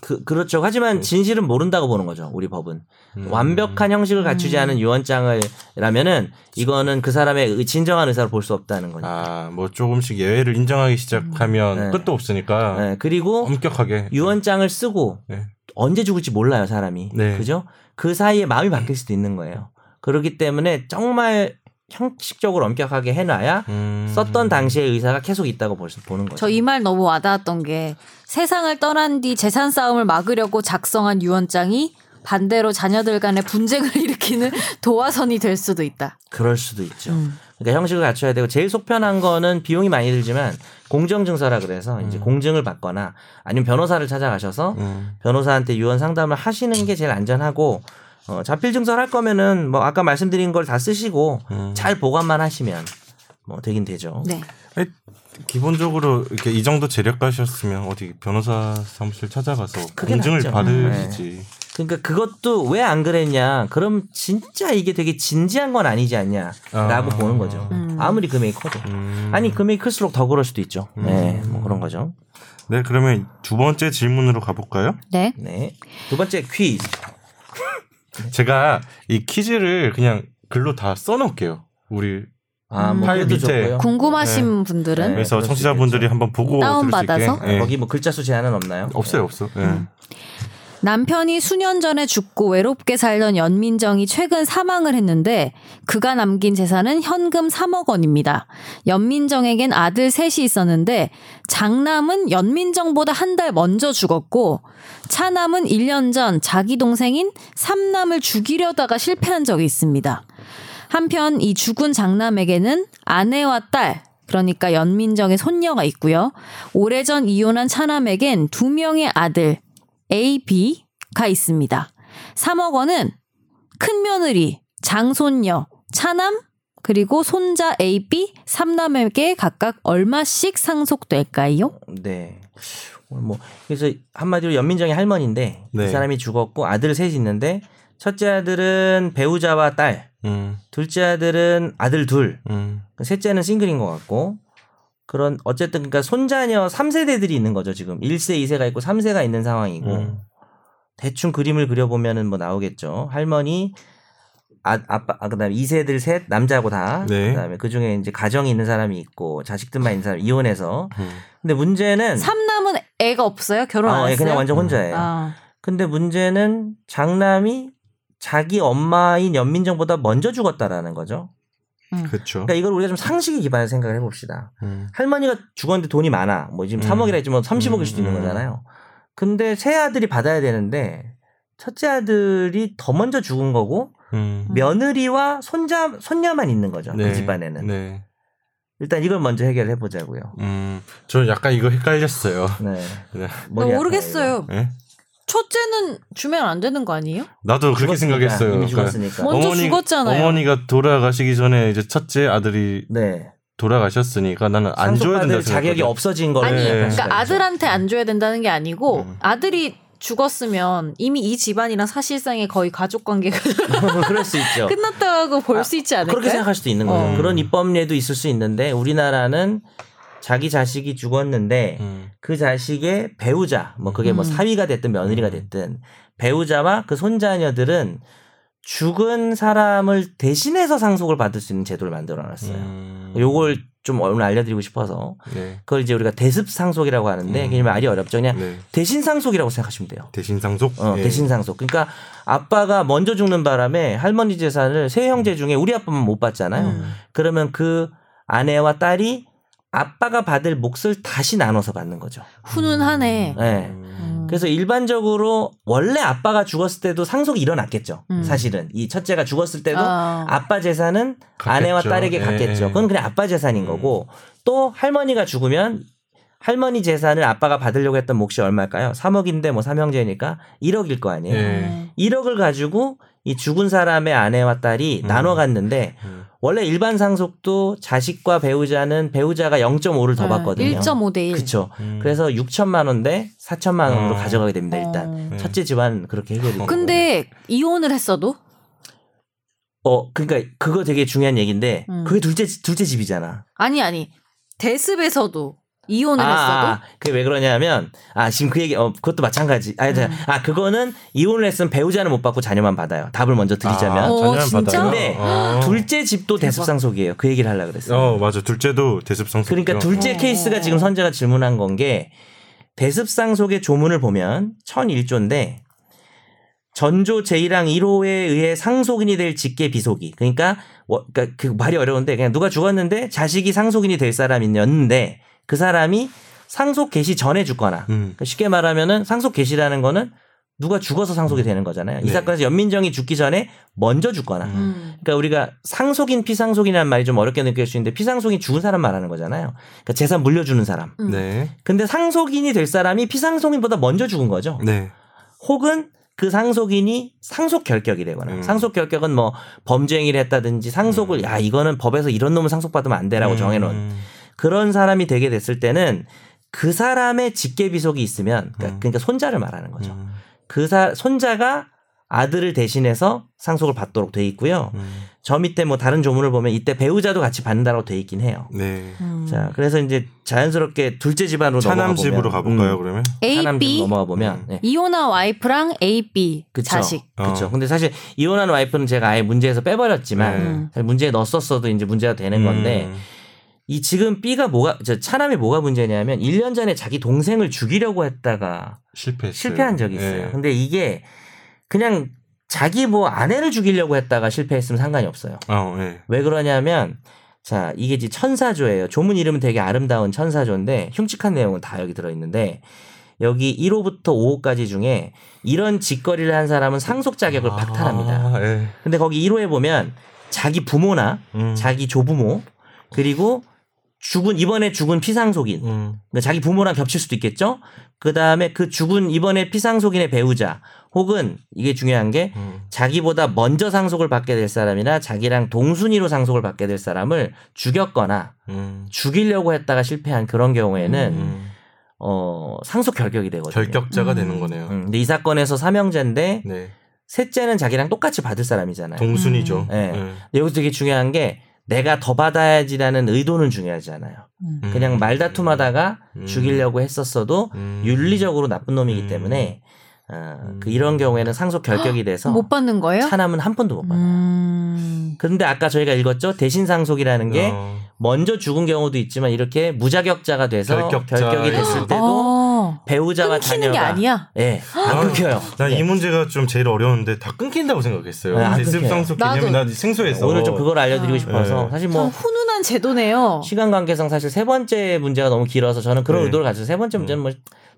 S3: 그 그렇죠. 하지만 진실은 모른다고 보는 거죠. 우리 법은.
S1: 음.
S3: 완벽한 형식을 갖추지 않은 유언장을라면은 이거는 그 사람의 의- 진정한 의사를 볼 수 없다는 거죠.
S1: 아뭐 조금씩 예외를 인정하기 시작하면
S3: 네.
S1: 끝도 없으니까
S3: 예, 그리고
S1: 엄격하게.
S3: 유언장을 쓰고
S1: 네.
S3: 언제 죽을지 몰라요 사람이.
S1: 네.
S3: 그죠? 그 사이에 마음이 바뀔 수도 있는 거예요. 그렇기 때문에 정말 형식적으로 엄격하게 해놔야
S1: 음.
S3: 썼던 당시의 의사가 계속 있다고 볼 수 보는 거죠.
S2: 저 이 말 너무 와닿았던 게 세상을 떠난 뒤 재산 싸움을 막으려고 작성한 유언장이 반대로 자녀들 간의 분쟁을 일으키는 도화선이 될 수도 있다.
S3: 그럴 수도 있죠.
S2: 음.
S3: 그러니까 형식을 갖춰야 되고 제일 속편한 거는 비용이 많이 들지만 공정증서라 그래서 이제 공증을 받거나 아니면 변호사를 찾아가셔서
S1: 음.
S3: 변호사한테 유언 상담을 하시는 게 제일 안전하고 어, 자필 증서를 할 거면은 뭐 아까 말씀드린 걸 다 쓰시고
S1: 음.
S3: 잘 보관만 하시면 뭐 되긴 되죠.
S2: 네.
S1: 아니, 기본적으로 이렇게 이 정도 재력가셨으면 어디 변호사 사무실 찾아가서
S3: 그게
S1: 공증을
S3: 낫죠.
S1: 받으시지.
S3: 그러니까 그것도 왜 안 그랬냐? 그럼 진짜 이게 되게 진지한 건 아니지 않냐라고
S1: 아.
S3: 보는 거죠.
S2: 음.
S3: 아무리 금액이 커도.
S1: 음.
S3: 아니 금액이 클수록 더 그럴 수도 있죠. 네, 뭐 그런 거죠.
S1: 네 그러면 두 번째 질문으로 가볼까요?
S2: 네.
S3: 네. 두 번째 퀴즈. 네.
S1: 제가 이 퀴즈를 그냥 글로 다 써놓을게요. 우리
S3: 아, 뭐
S1: 팔
S3: 그것도
S1: 밑에
S3: 좋고요.
S2: 궁금하신 분들은
S3: 네.
S1: 그래서
S3: 그럴 수
S1: 청취자분들이 한번 보고 들을 수
S2: 다운받아서?
S1: 있게. 예.
S3: 거기 음. 뭐 글자 수 제한은 없나요?
S1: 없어요 없어. 예.
S2: 남편이 수년 전에 죽고 외롭게 살던 연민정이 최근 사망을 했는데 그가 남긴 재산은 현금 3억 원입니다. 연민정에겐 아들 셋이 있었는데 장남은 연민정보다 한 달 먼저 죽었고 차남은 1년 전 자기 동생인 삼남을 죽이려다가 실패한 적이 있습니다. 한편 이 죽은 장남에게는 아내와 딸, 그러니까 연민정의 손녀가 있고요. 오래전 이혼한 차남에겐 두 명의 아들 A, B가 있습니다. 3억 원은 큰 며느리, 장손녀, 차남, 그리고 손자 A, B, 삼남에게 각각 얼마씩 상속될까요?
S3: 네. 오늘 뭐 그래서 한마디로 연민정의 할머니인데
S1: 네.
S3: 이 사람이 죽었고 아들 셋이 있는데 첫째 아들은 배우자와 딸,
S1: 음,
S3: 둘째 아들은 아들 둘,
S1: 음,
S3: 그러니까 셋째는 싱글인 것 같고 그런 어쨌든 그러니까 손자녀 3세대들이 있는 거죠 지금 1세, 2세가 있고 3세가 있는 상황이고
S1: 음.
S3: 대충 그림을 그려보면은 뭐 나오겠죠. 할머니, 아, 아빠, 아, 그다음에 이세들 셋 남자고 다.
S1: 네.
S3: 그다음에 그 중에 이제 가정이 있는 사람이 있고 자식들만 있는 사람 이혼해서.
S1: 음.
S3: 근데 문제는
S2: 삼남은 애가 없어요? 결혼 안
S3: 어, 예,
S2: 했어요?
S3: 그냥 완전 혼자예요.
S2: 아,
S3: 근데 문제는 장남이 자기 엄마인 연민정보다 먼저 죽었다라는 거죠.
S1: 그렇죠.
S3: 그러니까 이걸 우리가 좀 상식에 기반해서 생각을 해봅시다.
S1: 음.
S3: 할머니가 죽었는데 돈이 많아. 뭐 지금
S1: 음.
S3: 3억이라 했지만 30억일 수도 있는
S1: 음.
S3: 거잖아요. 근데 세 아들이 받아야 되는데 첫째 아들이 더 먼저 죽은 거고
S1: 음.
S3: 며느리와 손자 손녀만 있는 거죠.
S1: 네.
S3: 그 집안에는.
S1: 네.
S3: 일단 이걸 먼저 해결해 보자고요.
S1: 음. 저는 약간 이거 헷갈렸어요.
S3: 네.
S1: 네.
S3: 머리 아파요, 음. 이거.
S2: 모르겠어요.
S1: 예?
S2: 첫째는 주면 안 되는 거 아니에요?
S1: 나도 그렇게
S3: 죽었으니까,
S1: 생각했어요.
S3: 이미
S1: 그러니까
S3: 죽었으니까.
S2: 먼저 죽었잖아요.
S1: 어머니가 돌아가시기 전에 이제 첫째 아들이
S3: 네.
S1: 돌아가셨으니까 나는 안 줘야 된다.
S3: 상속받을 자격이 없어진 거를
S2: 아니,
S1: 네.
S2: 그러니까
S3: 그렇죠.
S2: 아들한테 안 줘야 된다는 게 아니고
S1: 음.
S2: 아들이 죽었으면 이미 이 집안이랑 사실상의 거의 가족 관계가
S3: 뭐 그럴 수 있죠.
S2: 끝났다고 볼
S3: 아,
S2: 수 있지 않을까요?
S3: 그렇게 생각할 수도 있는 거죠.
S2: 어.
S3: 그런 입법례도 있을 수 있는데 우리나라는 자기 자식이 죽었는데
S1: 음.
S3: 그 자식의 배우자, 뭐 그게
S2: 음.
S3: 뭐 사위가 됐든 며느리가
S1: 음.
S3: 됐든 배우자와 그 손자녀들은 죽은 사람을 대신해서 상속을 받을 수 있는 제도를 만들어 놨어요.
S1: 음.
S3: 요걸 좀 오늘 알려드리고 싶어서
S1: 네.
S3: 그걸 이제 우리가 대습 상속이라고 하는데 그게 말이 어렵죠. 그냥
S1: 네.
S3: 대신 상속이라고 생각하시면 돼요.
S1: 대신 상속.
S3: 어,
S1: 예.
S3: 대신 상속. 그러니까 아빠가 먼저 죽는 바람에 할머니 재산을 세 형제 중에 우리 아빠만 못 받잖아요.
S2: 음.
S3: 그러면 그 아내와 딸이 아빠가 받을 몫을 다시 나눠서 받는 거죠.
S2: 훈훈하네.
S3: 예.
S1: 음.
S3: 그래서 일반적으로 원래 아빠가 죽었을 때도 상속이 일어났겠죠.
S2: 음.
S3: 사실은 이 첫째가 죽었을 때도
S2: 아.
S3: 아빠 재산은 아내와
S1: 같겠죠.
S3: 딸에게
S1: 예,
S3: 갔겠죠.
S1: 예.
S3: 그건 그냥 아빠 재산인
S1: 음.
S3: 거고 또 할머니가 죽으면 할머니 재산을 아빠가 받으려고 했던 몫이 얼마일까요? 3억인데 뭐 삼형제니까 1억일 거 아니에요.
S1: 예.
S2: 음.
S3: 1억을 가지고 이 죽은 사람의 아내와 딸이
S1: 음.
S3: 나눠 갔는데
S1: 음.
S3: 원래 일반 상속도 자식과 배우자는 배우자가 0.5를
S2: 음.
S3: 더 받거든요.
S2: 1.5대 1.
S3: 그렇죠.
S1: 음.
S3: 그래서 6천만 원대 4천만 원으로
S1: 어.
S3: 가져가게 됩니다. 일단 음.
S1: 네.
S3: 첫째 집안은 그렇게 해결이. 돼요.
S2: 근데 이혼을 했어도
S3: 어 그러니까 그거 되게 중요한 얘기인데
S2: 음.
S3: 그게 둘째 둘째 집이잖아.
S2: 아니 아니 대습에서도 이혼을
S3: 아,
S2: 했어도
S3: 그게 왜 그러냐면 아 지금 그 얘기 어 그것도 마찬가지. 아, 자,
S2: 음.
S3: 아 그거는 이혼을 했으면 배우자는 못 받고 자녀만 받아요. 답을 먼저
S1: 아,
S3: 드리자면
S2: 어,
S1: 자녀는
S2: 진짜?
S1: 받아요?
S3: 근데
S1: 어.
S3: 둘째 집도 대습 상속이에요. 그 얘기를 하려 고 그랬어요.
S1: 어 맞아 둘째도 대습 상속.
S3: 그러니까 둘째
S2: 어.
S3: 케이스가 지금 선재가 질문한 건 게 대습상속의 조문을 보면 1001조인데 전조 제1항 1호에 의해 상속인이 될 직계 비속이 그러니까 워- 그러니까 그 말이 어려운데 그냥 누가 죽었는데 자식이 상속인이 될 사람이었는데 그 사람이 상속 개시 전에 죽거나
S1: 음.
S3: 그러니까 쉽게 말하면은 상속 개시라는 거는 누가 죽어서 상속이 되는 거잖아요. 이
S1: 네.
S3: 사건에서 연민정이 죽기 전에 먼저 죽거나
S1: 음.
S2: 음.
S3: 그러니까 우리가 상속인 피상속인이라는 말이 좀 어렵게 느낄 수 있는데 피상속인 죽은 사람 말하는 거잖아요. 그러니까 재산 물려주는 사람.
S2: 음.
S1: 네.
S3: 근데 상속인이 될 사람이 피상속인보다 먼저 죽은 거죠.
S1: 네.
S3: 혹은 그 상속인이 상속 결격이 되거나
S1: 음.
S3: 상속 결격은 뭐 범죄 행위를 했다든지 상속을 야 이거는 법에서 이런 놈은 상속받으면 안 돼라고
S1: 음.
S3: 정해놓은 그런 사람이 되게 됐을 때는 그 사람의 직계비속이 있으면 그러니까,
S1: 음.
S3: 그러니까 손자를 말하는 거죠.
S1: 음.
S3: 그 사, 손자가 아들을 대신해서 상속을 받도록 돼 있고요.
S1: 음.
S3: 저 밑에 뭐 다른 조문을 보면 이때 배우자도 같이 받는다라고 돼 있긴 해요.
S1: 네.
S2: 음.
S3: 자, 그래서 이제 자연스럽게 둘째 집안으로 넘어가 보면
S1: 차남집으로 가볼까요
S3: 음,
S1: 그러면?
S2: A,
S3: 차남집
S2: B 음.
S3: 넘어가 보면 예.
S2: 이혼한 와이프랑 A, B
S3: 그쵸.
S2: 자식.
S1: 어.
S3: 그렇죠. 근데 사실 이혼한 와이프는 제가 아예 문제에서 빼버렸지만
S1: 네.
S2: 음.
S3: 사실 문제에 넣었었어도 이제 문제가 되는 건데
S1: 음.
S3: 이 지금 B가 뭐가 저 차남이 뭐가 문제냐면 1년 전에 자기 동생을 죽이려고 했다가
S1: 실패했어요.
S3: 실패한 적이 있어요.
S1: 예.
S3: 근데 이게 그냥 자기 뭐 아내를 죽이려고 했다가 실패했으면 상관이 없어요.
S1: 어, 예.
S3: 왜 그러냐면 자 이게 이제 천사조예요. 조문 이름은 되게 아름다운 천사조인데 흉측한 내용은 다 여기 들어 있는데 여기 1호부터 5호까지 중에 이런 짓거리를 한 사람은 상속 자격을 박탈합니다.
S1: 아, 예.
S3: 근데 거기 1호에 보면 자기 부모나
S1: 음.
S3: 자기 조부모 그리고 죽은 이번에 죽은 피상속인
S1: 음.
S3: 그러니까 자기 부모랑 겹칠 수도 있겠죠. 그 다음에 그 죽은 이번에 피상속인의 배우자 혹은 이게 중요한 게
S1: 음.
S3: 자기보다 먼저 상속을 받게 될 사람이나 자기랑 동순위로 상속을 받게 될 사람을 죽였거나
S1: 음.
S3: 죽이려고 했다가 실패한 그런 경우에는
S2: 음.
S3: 어 상속 결격이 되거든요.
S1: 결격자가
S2: 음.
S1: 되는 거네요.
S3: 음, 근데 이 사건에서 삼형제인데
S1: 네.
S3: 셋째는 자기랑 똑같이 받을 사람이잖아요.
S1: 동순이죠.
S2: 음.
S3: 예.
S1: 예.
S3: 근데 여기서 되게 중요한 게 내가 더 받아야지라는 의도는 중요하지 않아요.
S2: 음.
S1: 음.
S3: 그냥 말다툼하다가
S1: 음.
S3: 죽이려고 했었어도
S1: 음.
S3: 윤리적으로 나쁜 놈이기
S1: 음.
S3: 때문에 어, 그 이런 경우에는 상속 결격이 돼서
S2: 못 받는 거예요?
S3: 차남은 한 푼도 못 받아요.
S2: 음.
S3: 그런데 아까 저희가 읽었죠 대신 상속이라는 게
S1: 어,
S3: 먼저 죽은 경우도 있지만 이렇게 무자격자가 돼서
S1: 결격자.
S3: 결격이 됐을
S1: 어.
S3: 때도
S2: 어.
S3: 배우자와
S2: 끊기는
S3: 자녀가
S2: 게 아니야.
S3: 예, 안
S1: 아,
S3: 끊겨요.
S1: 난 이
S3: 예.
S1: 문제가 좀 제일 어려운데 다 끊긴다고 생각했어요.
S3: 네, 안
S1: 대습 상속
S2: 끊겨요.
S1: 개념이 난 생소해서
S3: 오늘 좀 그걸 알려드리고
S2: 아.
S3: 싶어서
S1: 네.
S3: 사실
S2: 참
S3: 뭐
S2: 훈훈한 제도네요.
S3: 시간 관계상 사실 세 번째 문제가 너무 길어서 저는 그런
S1: 네.
S3: 의도를 가지고 세 번째 문제는 뭐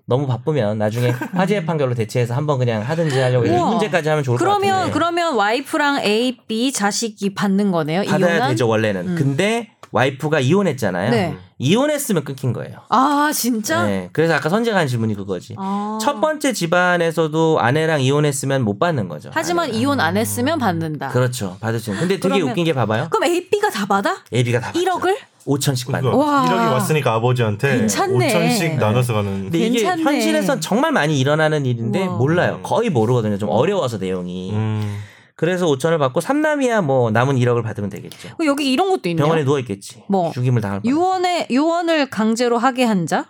S3: 너무 바쁘면 나중에 화재 판결로 대체해서 한번 그냥 하든지 하려고 했는데 이
S2: 우와.
S3: 문제까지 하면 좋을 것
S2: 그러면
S3: 같은데
S2: 그러면 와이프랑 A, B 자식이 받는 거네요.
S3: 받아야
S2: 이혼한. 음.
S3: 되죠 원래는 근데 와이프가 이혼했잖아요
S1: 음.
S2: 네.
S3: 이혼했으면 끊긴 거예요
S2: 아 진짜?
S3: 네. 그래서 아까 선재가 한 질문이 그거지
S2: 아.
S3: 첫 번째 집안에서도 아내랑 이혼했으면 못 받는 거죠
S2: 하지만
S3: 아내가.
S2: 이혼 안 했으면 받는다.
S3: 그렇죠 받을 수 있는 근데 되게
S2: 그러면-
S3: 웃긴 게 봐봐요
S2: 그럼 A, B가 다 받아?
S3: 애비가 다
S2: 1억을?
S3: 5천씩 받는
S1: 그러니까
S2: 와.
S1: 1억이 왔으니까 아버지한테
S2: 괜찮네.
S1: 5천씩 나눠서 가는
S3: 근데 이게
S2: 괜찮네.
S3: 현실에선 정말 많이 일어나는 일인데
S2: 우와.
S3: 몰라요. 거의 모르거든요. 좀 어려워서 내용이.
S1: 음.
S3: 그래서 5천을 받고 삼남이야 뭐 남은 1억을 받으면 되겠죠.
S2: 그 여기 이런 것도 있네요.
S3: 병원에 누워 있겠지.
S2: 뭐.
S3: 죽임을 당할 뻔.
S2: 유언에 유언을 강제로 하게 한 자?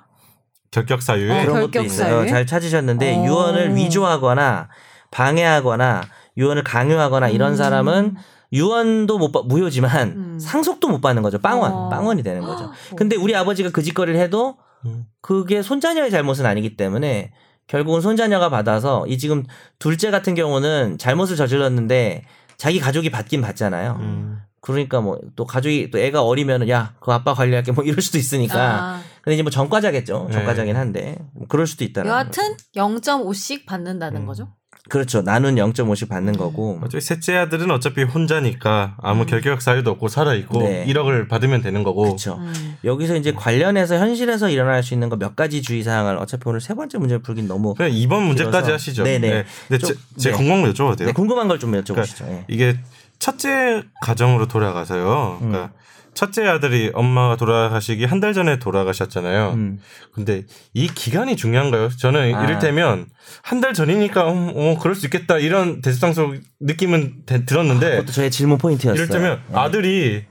S1: 결격 사유에
S2: 어,
S3: 아, 그런 것도
S2: 결격
S3: 있어요.
S2: 사유?
S3: 잘 찾으셨는데
S2: 어.
S3: 유언을 위조하거나 방해하거나 유언을 강요하거나 이런
S2: 음.
S3: 사람은 유언도 못 받, 무효지만
S2: 음.
S3: 상속도 못 받는 거죠. 빵원,
S2: 어.
S3: 빵원이 되는 거죠. 근데 우리 아버지가 그 짓거리를 해도
S1: 음.
S3: 그게 손자녀의 잘못은 아니기 때문에 결국은 손자녀가 받아서 이 지금 둘째 같은 경우는 잘못을 저질렀는데 자기 가족이 받긴 받잖아요.
S1: 음.
S3: 그러니까 뭐 또 가족이 또 애가 어리면은 야 그 아빠 관리할게 뭐 이럴 수도 있으니까.
S2: 아,
S3: 근데 이제 뭐 전과자겠죠.
S1: 네.
S3: 전과자긴 한데 뭐 그럴 수도 있다는.
S2: 여하튼 0.5씩 받는다는
S1: 음.
S2: 거죠.
S3: 그렇죠. 나눈 0.5씩 받는 거고.
S1: 어차피 셋째 아들은 어차피 혼자니까 아무
S2: 음.
S1: 결격 사유도 없고 살아있고
S3: 네.
S1: 1억을 받으면 되는 거고
S3: 그렇죠.
S2: 음.
S3: 여기서 이제 관련해서 현실에서 일어날 수 있는 거 몇 가지 주의 사항을 어차피 오늘 세 번째 문제 풀긴 너무
S1: 그냥 이번 문제까지
S3: 길어서.
S1: 하시죠.
S3: 네네.
S1: 근데 제,
S3: 좀-
S1: 제
S3: 네.
S1: 궁금한 거 여쭤봐도 돼요? 그러니까
S3: 네, 궁금한 걸 좀 여쭤보시죠. 예.
S1: 이게 첫째 가정으로 돌아가서요.
S3: 음.
S1: 그러니까 첫째 아들이 엄마가 돌아가시기 한 달 전에 돌아가셨잖아요.
S3: 음.
S1: 근데 이 기간이 중요한가요? 저는
S3: 아.
S1: 이를테면 한 달 전이니까 음, 어, 그럴 수 있겠다 이런 대습상속 느낌은 대- 들었는데
S3: 아, 그것도 저의 질문 포인트였어요.
S1: 네. 이를테면
S3: 예.
S1: 아들이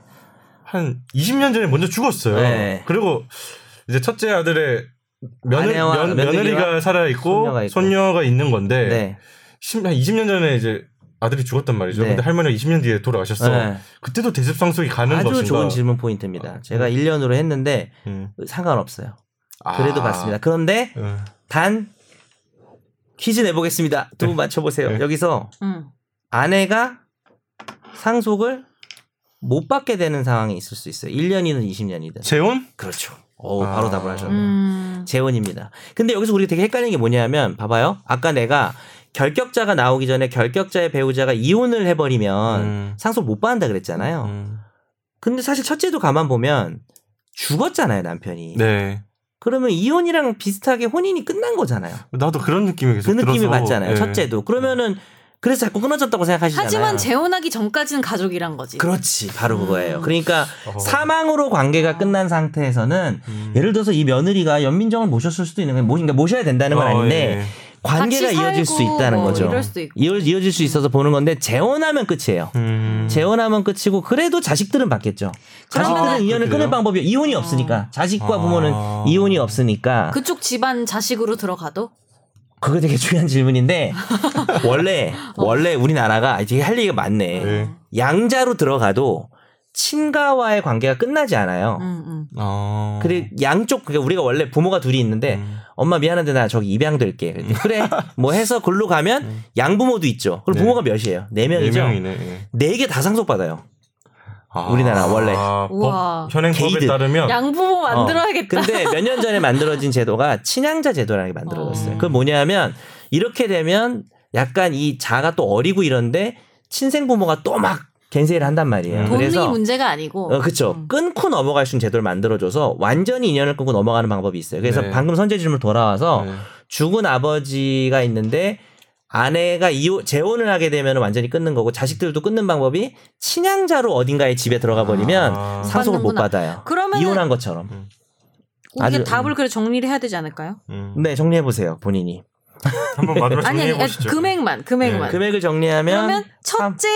S1: 한 20년 전에 먼저 죽었어요.
S3: 네.
S1: 그리고 이제 첫째 아들의 며느,
S3: 아내와
S1: 며,
S3: 며느리와
S1: 며느리가 살아 있고
S3: 손녀가 있고.
S1: 손녀가 있는 건데
S3: 네.
S1: 십- 한 20년 전에 이제 아들이 죽었단 말이죠.
S3: 네.
S1: 근데 할머니가 20년 뒤에 돌아가셨어.
S3: 네.
S1: 그때도 대습 상속이 가는 아,
S3: 아주
S1: 것인가?
S3: 좋은 질문 포인트입니다. 제가 1년으로 했는데
S1: 음.
S3: 상관없어요.
S1: 아.
S3: 그래도 봤습니다. 그런데
S1: 음.
S3: 단 퀴즈 내보겠습니다. 두 분 맞춰보세요.
S1: 네.
S3: 여기서
S2: 음.
S3: 아내가 상속을 못 받게 되는 상황이 있을 수 있어요. 1년이든 20년이든.
S1: 재혼?
S3: 그렇죠. 오,
S1: 아.
S3: 바로 답을 하죠.
S2: 음.
S3: 재혼입니다. 근데 여기서 우리가 되게 헷갈리는 게 뭐냐면 봐봐요. 아까 내가 결격자가 나오기 전에 결격자의 배우자가 이혼을 해버리면
S1: 음.
S3: 상속 못 받는다 그랬잖아요.
S1: 음.
S3: 근데 사실 첫째도 가만 보면 죽었잖아요 남편이.
S1: 네.
S3: 그러면 이혼이랑 비슷하게 혼인이 끝난 거잖아요.
S1: 나도 그런 느낌이 계속
S3: 그 느낌이
S1: 들어서.
S3: 맞잖아요.
S1: 예.
S3: 첫째도. 그러면은 그래서 자꾸 끊어졌다고 생각하시잖아요.
S2: 하지만 재혼하기 전까지는 가족이란 거지.
S3: 그렇지 바로
S2: 음.
S3: 그거예요. 그러니까
S1: 어. 아.
S3: 사망으로 관계가 끝난 상태에서는
S1: 음.
S3: 예를 들어서 이 며느리가 연민정을 모셨을 수도 있는 거예요. 모- 그러니까 모셔야 된다는 건
S1: 어,
S3: 아닌데
S1: 예.
S3: 관계가
S2: 같이
S3: 이어질 수
S2: 살고
S3: 있다는
S2: 뭐
S3: 거죠.
S2: 이럴 수도 있고. 음.
S3: 이어, 이어질 수 있어서 보는 건데 재혼하면 끝이에요.
S1: 음.
S3: 재혼하면 끝이고 그래도 자식들은 받겠죠. 자식들은
S2: 그러면은-
S3: 인연을 끊을
S1: 그래요?
S3: 방법이 이혼이 없으니까 자식과
S1: 아.
S3: 부모는 이혼이 없으니까
S2: 그쪽 집안 자식으로 들어가도
S3: 그거 되게 중요한 질문인데 원래 원래 우리나라가 이제 할 얘기가 많네.
S1: 예.
S2: 음.
S3: 양자로 들어가도 친가와의 관계가 끝나지 않아요.
S2: 음, 음.
S1: 어.
S3: 그래 양쪽 그러니까 우리가 원래 부모가 둘이 있는데
S1: 음.
S3: 엄마 미안한데 나 저기 입양될게 그랬더니 그래 뭐 해서 글로 가면 양부모도 있죠 그리고
S1: 네.
S3: 부모가 몇이에요
S1: 네
S3: 네 명이죠
S1: 명이네. 예.
S3: 네 개 다 상속 받아요
S1: 아.
S3: 우리나라 원래.
S1: 아,
S2: 우와.
S1: 법, 현행법에
S3: 게이드.
S1: 따르면
S2: 양부모 만들어야겠다.
S3: 근데 몇 년 전에 만들어진 제도가 친양자 제도라는 게 만들어졌어요
S1: 어.
S3: 그건 뭐냐면 이렇게 되면 약간 이 자가 또 어리고 이런데 친생 부모가 또 막 겐세이를 한단 말이에요
S1: 음.
S2: 본능이
S3: 그래서
S2: 문제가 아니고
S3: 어, 그쵸.
S2: 음.
S3: 끊고 넘어갈 수 있는 제도를 만들어줘서 완전히 인연을 끊고 넘어가는 방법이 있어요. 그래서
S1: 네.
S3: 방금 선제 질문 돌아와서
S1: 네.
S3: 죽은 아버지가 있는데 아내가 이혼, 재혼을 하게 되면 완전히 끊는 거고 자식들도 끊는 방법이 친양자로 어딘가에 집에 들어가 버리면
S1: 아.
S3: 상속을 못
S2: 받는구나.
S3: 받아요.
S2: 그러면은-
S3: 이혼한 것처럼.
S2: 우리가
S3: 아주-
S2: 답을 그래 정리를 해야 되지 않을까요?
S1: 음.
S3: 네, 정리해 보세요. 본인이.
S1: 한번 마지막
S2: 아니
S1: 정리해
S2: 아니 아니,
S1: 보시죠. 음,
S2: 금액만 금액만.
S3: 금액을 정리하면
S2: 아. 그러면 첫째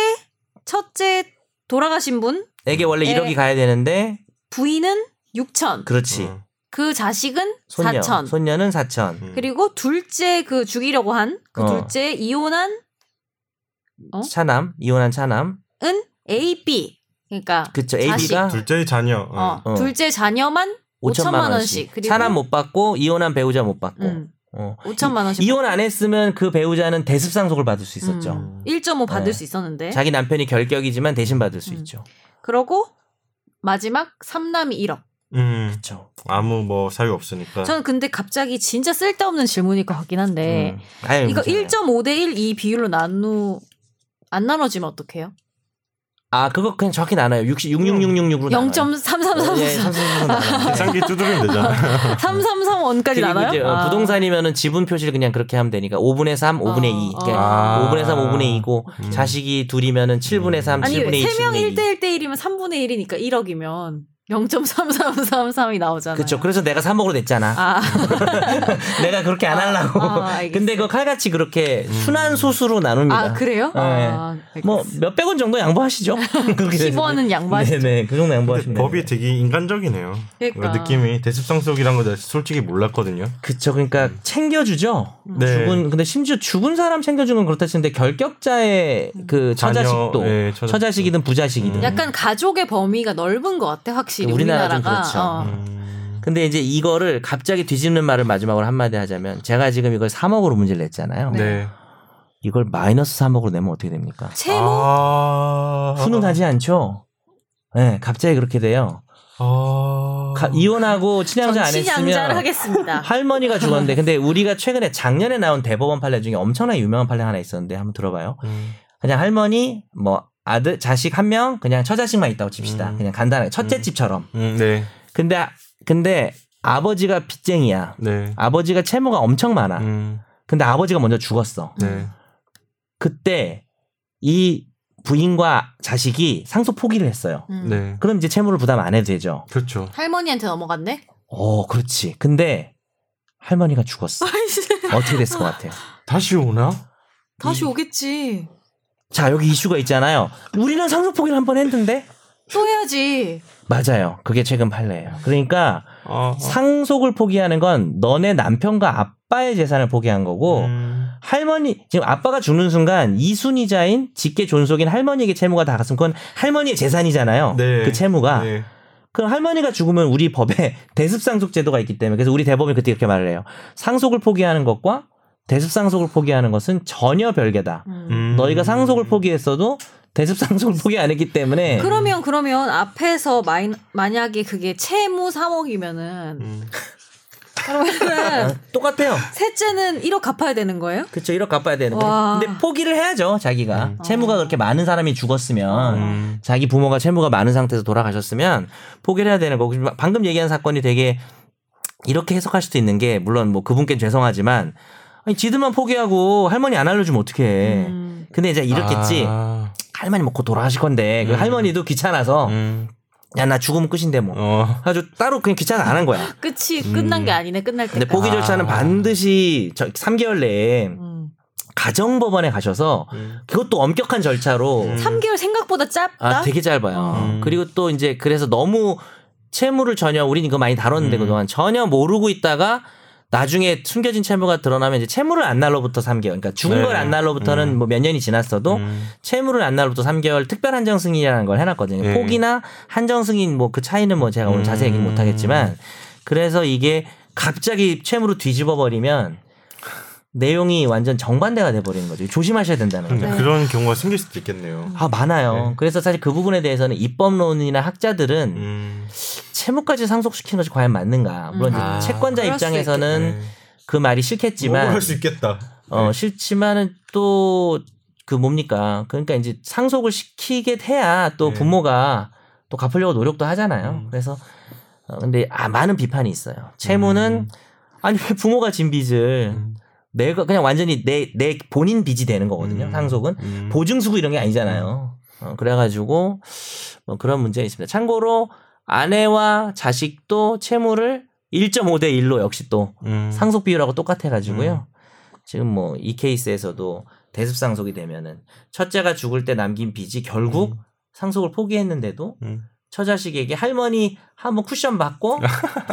S2: 첫째 돌아가신 분
S3: 에게 원래
S2: 네.
S3: 1억이 가야 되는데
S2: 부인은 6천.
S3: 그렇지.
S1: 음.
S2: 그 자식은
S3: 손녀.
S2: 4천.
S3: 손녀는 4천.
S1: 음.
S2: 그리고 둘째 그 죽이려고 한 그
S3: 어.
S2: 둘째 이혼한은
S5: 어?
S3: 차남, 이혼한 차남.
S2: A, B. 그러니까
S3: 그쵸.
S2: 자식.
S3: AB가
S1: 둘째의 자녀.
S2: 어,
S1: 어.
S3: 어.
S2: 둘째 자녀만
S3: 5천만
S2: 오천만
S3: 원씩.
S2: 원씩. 그리고-
S3: 차남 못 받고 이혼한 배우자 못 받고.
S2: 음,
S3: 어.
S2: 5천만 원씩
S3: 이혼 안 했으면 그 배우자는 대습상속을 받을 수 있었죠.
S1: 음.
S2: 1.5 받을
S3: 네.
S2: 수 있었는데.
S3: 자기 남편이 결격이지만 대신 받을 수
S2: 음.
S3: 있죠.
S2: 그러고 마지막 삼남이 1억.
S1: 음.
S3: 그렇죠.
S1: 아무 뭐 사유
S3: 어.
S1: 없으니까.
S2: 저는 근데 갑자기 진짜 쓸데없는 질문일 것 같긴 한데 네.
S3: 음. 네,
S2: 이거 1.5 대 1 이 비율로 나누 안 나눠지면 어떡해요?
S3: 아, 그거 그냥 정확히 나눠요. 60, 6666으로 나눠요. 네, 예,
S2: 0.3333
S1: 계산기 그 두드리면 되잖아.
S2: 3331까지
S3: 그리고
S2: 나눠요?
S3: 이제 어,
S2: 아.
S3: 부동산이면은 지분 표시를 그냥 그렇게 하면 되니까 5분의 3, 5분의
S2: 어,
S3: 2.
S2: 어.
S3: 그러니까
S1: 아.
S3: 5분의 3, 5분의 2고
S1: 음.
S3: 자식이 둘이면은 7분의 3,
S2: 아니
S3: 7분의 2,
S2: 3명
S3: 7분의 2.
S2: 1대 1대 1이면 3분의 1이니까 1억이면 0.3333이 나오잖아요.
S3: 그렇죠. 그래서 내가 3억으로 냈잖아.
S2: 아,
S3: 내가 그렇게 안 하려고.
S2: 아, 알겠어요.
S3: 근데 그거 칼같이 그렇게
S1: 음.
S3: 순한 소수로 나눕니다.
S2: 아 그래요?
S3: 네.
S2: 아, 알겠어요.
S3: 뭐 몇백 원 정도 양보하시죠. 그렇게
S2: 10원은 양보하시죠.
S3: 네네 그 정도 양보하시면.
S1: 근데 법이
S3: 됩니다.
S1: 되게 인간적이네요.
S2: 그러니까.
S1: 느낌이 대습상속이란 거 솔직히 몰랐거든요.
S3: 그쵸. 그러니까
S1: 음.
S3: 챙겨주죠.
S1: 네.
S3: 죽은 근데 심지어 죽은 사람 챙겨주는 건 그렇다 치는데 결격자의
S2: 음.
S3: 그
S1: 자녀,
S3: 처자식도
S1: 예, 처자-
S3: 처자식이든 부자식이든.
S1: 음.
S2: 약간 가족의 범위가 넓은 것 같아 확실히
S3: 우리나라 좀
S2: 우리나라가.
S3: 그렇죠.
S2: 어.
S1: 음.
S3: 근데 이제 이거를 갑자기 뒤집는 말을 마지막으로 한마디 하자면 제가 지금 이걸 3억으로 문제를 냈잖아요.
S1: 네.
S3: 이걸 마이너스 3억으로 내면 어떻게 됩니까?
S2: 채무
S1: 아...
S3: 훈훈하지 않죠? 예, 갑자기 그렇게 돼요.
S1: 아...
S3: 가- 이혼하고 친양자 안
S2: 정치양자를
S3: 했으면
S2: 하겠습니다.
S3: 할머니가 죽었는데 근데 우리가 최근에 작년에 나온 대법원 판례 중에 엄청나게 유명한 판례 하나 있었는데 한번 들어봐요.
S1: 음.
S3: 그냥 할머니 뭐 아들 자식 한 명 그냥 처자식만 있다고 칩시다.
S1: 음.
S3: 그냥 간단하게 첫째
S1: 음.
S3: 집처럼.
S1: 음, 네.
S3: 근데 아- 근데 아버지가 빚쟁이야.
S1: 네.
S3: 아버지가 채무가 엄청 많아.
S1: 음.
S3: 근데 아버지가 먼저 죽었어.
S1: 네.
S3: 그때 이 부인과 자식이 상속 포기를 했어요.
S2: 음.
S1: 네.
S3: 그럼 이제 채무를 부담 안 해도 되죠.
S1: 그렇죠.
S2: 할머니한테 넘어갔네.
S3: 어, 그렇지. 근데 할머니가 죽었어. 어떻게 됐을 것 같아요?
S1: 다시 오나?
S2: 다시 오겠지.
S3: 자, 여기 이슈가 있잖아요. 우리는 상속 포기를 한 번 했는데
S2: 또 해야지.
S3: 맞아요. 그게 최근 판례예요. 그러니까
S1: 아.
S3: 상속을 포기하는 건 너네 남편과 아빠의 재산을 포기한 거고
S1: 음.
S3: 할머니 지금 아빠가 죽는 순간 이순이자인 직계 존속인 할머니에게 채무가 다 갔으면 그건 할머니의 재산이잖아요.
S1: 네.
S3: 그 채무가
S1: 네.
S3: 그럼 할머니가 죽으면 우리 법에 대습상속 제도가 있기 때문에 그래서 우리 대법이 그때 이렇게 말을 해요. 상속을 포기하는 것과 대습상속을 포기하는 것은 전혀 별개다.
S2: 음.
S1: 음.
S3: 너희가 상속을 포기했어도 대습상속을 포기 안 했기 때문에
S2: 그러면 그러면 앞에서 마이, 만약에 그게 채무 3억이면은
S1: 음.
S3: 네.
S2: 그러면은
S3: 똑같아요.
S2: 셋째는 1억 갚아야 되는 거예요?
S3: 그쵸 이렇게 갚아야 되는
S2: 와.
S3: 근데 포기를 해야죠 자기가
S1: 음.
S3: 채무가 그렇게 많은 사람이 죽었으면
S1: 음.
S3: 자기 부모가 채무가 많은 상태에서 돌아가셨으면 포기를 해야 되는 거고 지금 방금 얘기한 사건이 되게 이렇게 해석할 수도 있는 게 물론 뭐 그분께 죄송하지만 아니 지들만 포기하고 할머니 안 알려주면 어떡해
S2: 음.
S3: 근데 이제 이렇겠지
S1: 아.
S3: 할머니 먹고 돌아가실 건데 그
S1: 음.
S3: 할머니도 귀찮아서
S1: 음.
S3: 야 나 죽으면 끝인데 뭐
S1: 어.
S3: 아주 따로 그냥 귀찮아 안 한 거야
S2: 끝이
S1: 음.
S2: 끝난 게 아니네 끝날 때.
S3: 근데 포기
S1: 아.
S3: 절차는 반드시 저 3개월 내에
S2: 음.
S3: 가정법원에 가셔서
S1: 음.
S3: 그것도 엄격한 절차로
S1: 음.
S2: 3개월 생각보다 짧다.
S3: 아, 되게 짧아요.
S1: 음.
S3: 그리고 또 이제 그래서 너무 채무를 전혀 우린 이거 많이 다뤘는데
S1: 음.
S3: 그동안 전혀 모르고 있다가 나중에 숨겨진 채무가 드러나면 이제 채무를 안 날로부터 3개월. 그러니까 죽은
S1: 네.
S3: 걸 안 날로부터는
S1: 음.
S3: 뭐 몇 년이 지났어도
S1: 음.
S3: 채무를 안 날로부터 3개월 특별 한정 승인이라는 걸 해놨거든요.
S1: 예.
S3: 포기나 한정 승인 뭐 그 차이는 뭐 제가 오늘
S1: 음.
S3: 자세히 얘기는 못하겠지만 그래서 이게 갑자기 채무로 뒤집어 버리면 내용이 완전 정반대가 돼 버리는 거죠. 조심하셔야 된다는 거죠.
S2: 네.
S1: 그러니까 그런 경우가 생길 수도 있겠네요.
S3: 아 많아요.
S1: 네.
S3: 그래서 사실 그 부분에 대해서는 입법론이나 학자들은
S1: 음.
S3: 채무까지 상속시키는 것이 과연 맞는가. 물론 이제
S1: 아,
S3: 채권자
S2: 그럴 수
S3: 입장에서는 그 말이
S1: 뭐
S3: 싫겠지만
S1: 그럴 네. 수 있겠다.
S3: 어 싫지만은 또 그 뭡니까? 그러니까 이제 상속을 시키게 해야 또
S1: 네.
S3: 부모가 또 갚으려고 노력도 하잖아요.
S1: 음.
S3: 그래서 어, 근데 아 많은 비판이 있어요.
S1: 음.
S3: 채무는 아니 왜 부모가 진 빚을
S1: 음.
S3: 내가 그냥 완전히 내 내 본인 빚이 되는 거거든요.
S1: 음.
S3: 상속은
S1: 음.
S3: 보증수고 이런 게 아니잖아요. 어, 그래가지고 뭐 그런 문제가 있습니다. 참고로 아내와 자식도 채무를 1.5대 1로 역시 또
S1: 음.
S3: 상속 비율하고 똑같아가지고요. 지금 뭐 이 케이스에서도 대습상속이 되면은 첫째가 죽을 때 남긴 빚이 결국
S1: 음.
S3: 상속을 포기했는데도
S1: 음.
S3: 처자식에게 할머니 한번 쿠션 받고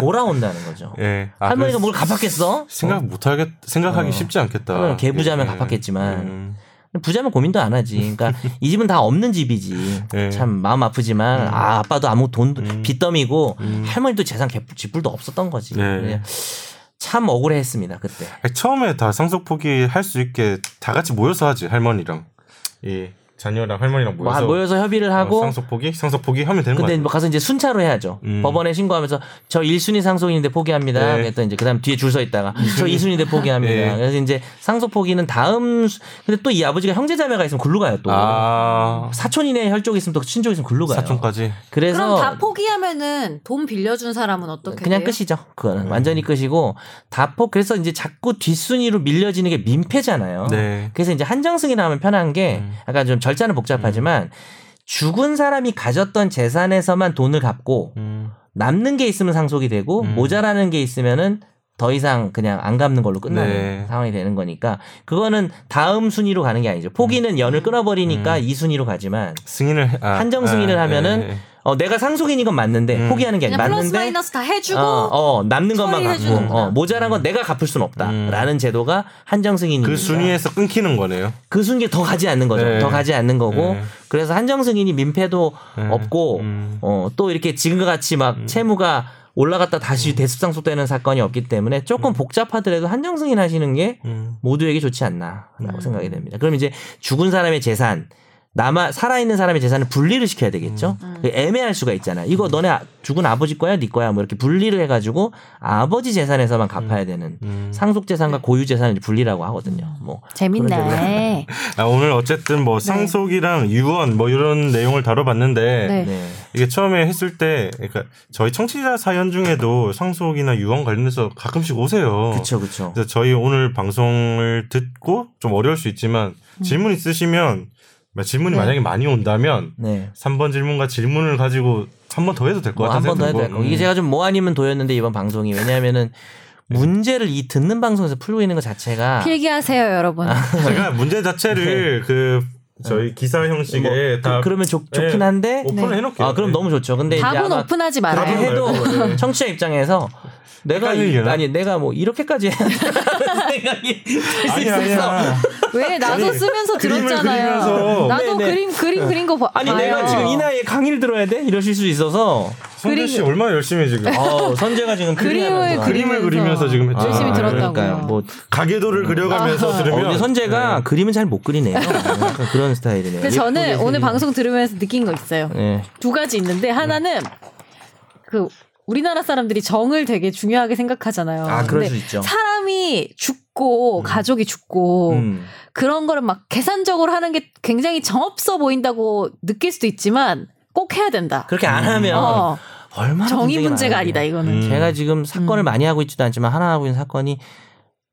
S3: 돌아온다는 거죠.
S1: 예. 아,
S3: 어,
S1: 그래서
S3: 할머니가 뭘 갚았겠어?
S1: 생각 못 하겠 생각하기
S3: 어.
S1: 쉽지 않겠다. 예. 음.
S3: 그럼 개부자면 갚았겠지만. 부자면 고민도 안 하지. 그러니까 이 집은 다 없는 집이지.
S1: 예.
S3: 참 마음 아프지만
S1: 음.
S3: 아 아빠도 아무 돈
S1: 음.
S3: 빚더미고
S1: 음.
S3: 할머니도 재산 개- 쥐뿔도 없었던 거지.
S1: 네.
S3: 그냥 참 억울해했습니다 그때.
S1: 아니, 처음에 다 상속 포기 할 수 있게 다 같이 모여서 하지 할머니랑 이 자녀랑 할머니랑
S3: 뭐
S1: 모여서
S3: 모여서 협의를
S1: 어,
S3: 하고
S1: 상속 포기 상속 포기 하면 되는
S3: 근데
S1: 거야.
S3: 뭐 가서 이제 순차로 해야죠.
S1: 음.
S3: 법원에 신고하면서 저 1순위 상속인인데 포기합니다.
S1: 네.
S3: 그랬더니 이제 그다음 뒤에 줄 서 있다가 저 2순위인데 포기합니다.
S1: 네.
S3: 그래서 이제 상속 포기는 다음 수- 근데 또 이 아버지가 형제 자매가 있으면 글로 가요 또.
S1: 아
S3: 사촌 이내 혈족 있으면 또 친족 있으면 글로 가요.
S1: 사촌까지.
S3: 그래서
S4: 그럼 다 포기하면은 돈 빌려준 사람은 어떻게
S3: 그냥
S4: 돼요?
S3: 끝이죠. 그거는 완전히 끝이고 다폭 그래서 이제 자꾸 뒷순위로 밀려지는 게 민폐잖아요.
S1: 네.
S3: 그래서 이제 한정승이 나오면 편한 게
S1: 음.
S3: 약간 좀 절차는 복잡하지만 죽은 사람이 가졌던 재산에서만 돈을 갚고
S1: 음.
S3: 남는 게 있으면 상속이 되고
S1: 음.
S3: 모자라는 게 있으면은 더 이상 그냥 안 갚는 걸로 끝나는
S1: 네.
S3: 상황이 되는 거니까 그거는 다음 순위로 가는 게 아니죠. 포기는 연을 끊어버리니까
S1: 음.
S3: 이 순위로 가지만
S1: 승인을 해- 아,
S3: 한정 승인을 하면은
S1: 예.
S3: 어, 내가 상속인인 건 맞는데
S1: 음.
S3: 포기하는 게
S4: 그냥
S3: 아니라
S4: 플러스
S3: 맞는데
S4: 마이너스 다 해주고
S3: 어, 어, 남는 것만
S4: 처리해주는구나.
S3: 갖고 어, 모자란 건 내가 갚을
S1: 음.
S3: 순 없다라는 제도가 한정승인이니까
S1: 그 순위에서 끊기는 거네요.
S3: 그 순위에 더 가지 않는 거죠.
S1: 네.
S3: 더 가지 않는 거고
S1: 네.
S3: 그래서 한정승인이 민폐도
S1: 네.
S3: 없고
S1: 음.
S3: 어, 또 이렇게 지금과 같이 막 채무가 올라갔다 다시
S1: 음.
S3: 대습상속되는 사건이 없기 때문에 조금 복잡하더라도 한정승인 하시는 게
S1: 음.
S3: 모두에게 좋지 않나라고 생각이 됩니다. 그럼 이제 죽은 사람의 재산 남아 살아있는 사람의 재산을 분리를 시켜야 되겠죠.
S1: 음.
S3: 그 애매할 수가 있잖아요. 이거 너네 아- 죽은 아버지 거야, 네 거야, 뭐 이렇게 분리를 해가지고 아버지 재산에서만 갚아야 되는
S1: 음.
S3: 상속 재산과 고유 재산을 분리라고 하거든요. 뭐
S2: 재밌네.
S1: 아, 오늘 어쨌든
S3: 네.
S1: 뭐 상속이랑 유언 뭐 이런 내용을 다뤄봤는데
S4: 네.
S3: 네.
S1: 이게 처음에 했을 때 그러니까 저희 청취자 사연 중에도 상속이나 유언 관련해서 가끔씩 오세요.
S3: 그렇죠, 그렇죠.
S1: 어. 그래서 저희 오늘 방송을 듣고 좀 어려울 수 있지만
S3: 음.
S1: 질문 있으시면 뭐 질문이 만약에 많이 온다면
S3: 네.
S1: 3번 질문과 질문을 가지고 한 번 더 해도 음. 될 것
S3: 뭐
S1: 같아요.
S3: 한 번 더 해야 될거 이게 제가 좀 뭐 아니면 도였는데 이번 방송이 왜냐하면은
S1: 네.
S3: 문제를 이 듣는 방송에서 풀고 있는 것 자체가
S2: 아. 필기하세요,
S3: 아,
S2: 여러분.
S1: 제가 문제 자체를 그 저희 기사 형식에
S3: 네. 뭐
S1: 예, 다
S3: 그, 러면 좋, 좋긴
S1: 예,
S3: 한데
S1: 오픈을 해놓을게요. 네.
S3: 아 그럼 너무 좋죠. 근데 이제
S2: 답은
S3: 아마
S2: 오픈하지
S3: 그렇게
S2: 말아요.
S1: 답은 말고, 네.
S3: 해도 청취자 입장에서 내가 이-
S1: 헷갈리려나?
S3: 아니 내가 뭐 이렇게까지 해야 되나 생각이 들수
S1: 아니
S3: 있어서
S1: 아니야.
S4: 왜 나도 쓰면서
S1: 그림을
S4: 들었잖아요.
S1: 그리면서.
S4: 나도
S3: 네, 네.
S4: 그림 그림 그린 거 봐.
S3: 아니
S4: 봐요.
S3: 내가 지금 이 나이에 강의를 들어야 돼 이러실 수 있어서
S1: 성준 씨 얼마나 열심히 지금
S3: 어, 선재가 지금
S4: 그림을
S3: 클리어하면서.
S4: 그리-
S1: 그림을
S4: 그리면서
S1: 그리면서 지금 했죠.
S4: 열심히
S3: 아,
S4: 들었다고요.
S3: 그러니까요. 뭐
S1: 가계도를 그려가면서
S3: 어,
S1: 들으면 네.
S3: 근데 선재가 그림은 잘 못 그리네요. 약간 그런 스타일이네요.
S4: 근데 저는
S3: 예쁘게
S4: 오늘
S3: 그리는.
S4: 방송 들으면서 느낀 거 있어요.
S3: 예.
S4: 두 가지 있는데 하나는 그 우리나라 사람들이 정을 되게 중요하게 생각하잖아요.
S3: 아, 그럴
S4: 근데
S3: 수 있죠.
S4: 사람이 죽고 가족이 죽고
S3: 음.
S4: 그런 거를 막 계산적으로 하는 게 굉장히 정없어 보인다고 느낄 수도 있지만 꼭 해야 된다.
S3: 그렇게 안 하면
S4: 어,
S3: 얼마나
S4: 정의
S3: 분쟁이
S4: 문제가
S3: 많아요.
S4: 아니다 이거는.
S1: 음.
S3: 제가 지금 사건을 많이 하고 있지도 않지만 하나 하고 있는 사건이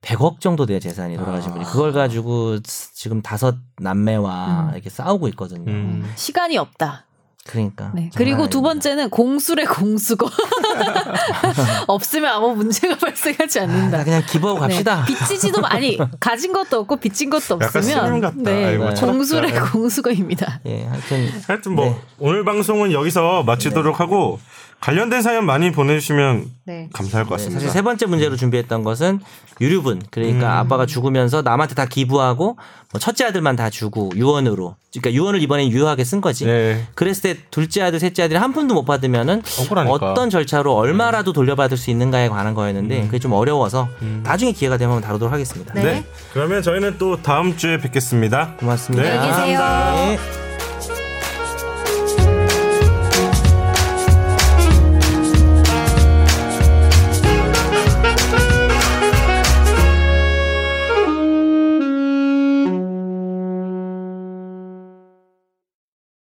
S3: 100억 정도 돼 재산이 돌아가신 분이 그걸 가지고 스- 지금 다섯 남매와
S4: 음.
S3: 이렇게 싸우고 있거든요.
S1: 음.
S4: 시간이 없다.
S3: 그러니까.
S4: 네.
S3: 장난
S4: 그리고 두
S3: 아닙니다.
S4: 번째는 공술의 공수거 없으면 아무 문제가 발생하지
S3: 아,
S4: 않는다.
S3: 그냥 기부하고
S4: 네.
S3: 갑시다.
S4: 빚지지도 아니 가진 것도 없고 빚진 것도
S1: 약간 수능 같다.
S4: 없으면 네
S1: 아이고, 철없다.
S4: 공술의
S1: 네.
S4: 공수거입니다.
S3: 예, 하여튼
S1: 하여튼 뭐
S3: 네.
S1: 오늘 방송은 여기서 마치도록 하고 관련된 사연 많이 보내주시면
S4: 네.
S1: 감사할 것
S3: 네,
S1: 같습니다.
S3: 사실 세 번째 문제로 준비했던 것은 유류분. 그러니까 아빠가 죽으면서 남한테 다 기부하고 뭐 첫째 아들만 다 주고 유언으로. 그러니까 유언을 이번엔 유효하게 쓴 거지.
S1: 네.
S3: 그랬을 때 둘째 아들, 셋째 아들이 한 푼도 못 받으면은
S1: 억울하니까.
S3: 어떤 절차로 얼마라도 돌려받을 수 있는가에 관한 거였는데 그게 좀 어려워서 나중에 기회가 되면 한번 다루도록 하겠습니다.
S1: 네. 그러면 저희는 또 다음 주에 뵙겠습니다.
S3: 고맙습니다.
S1: 네, 안녕히 계세요.
S3: 감사합니다. 네.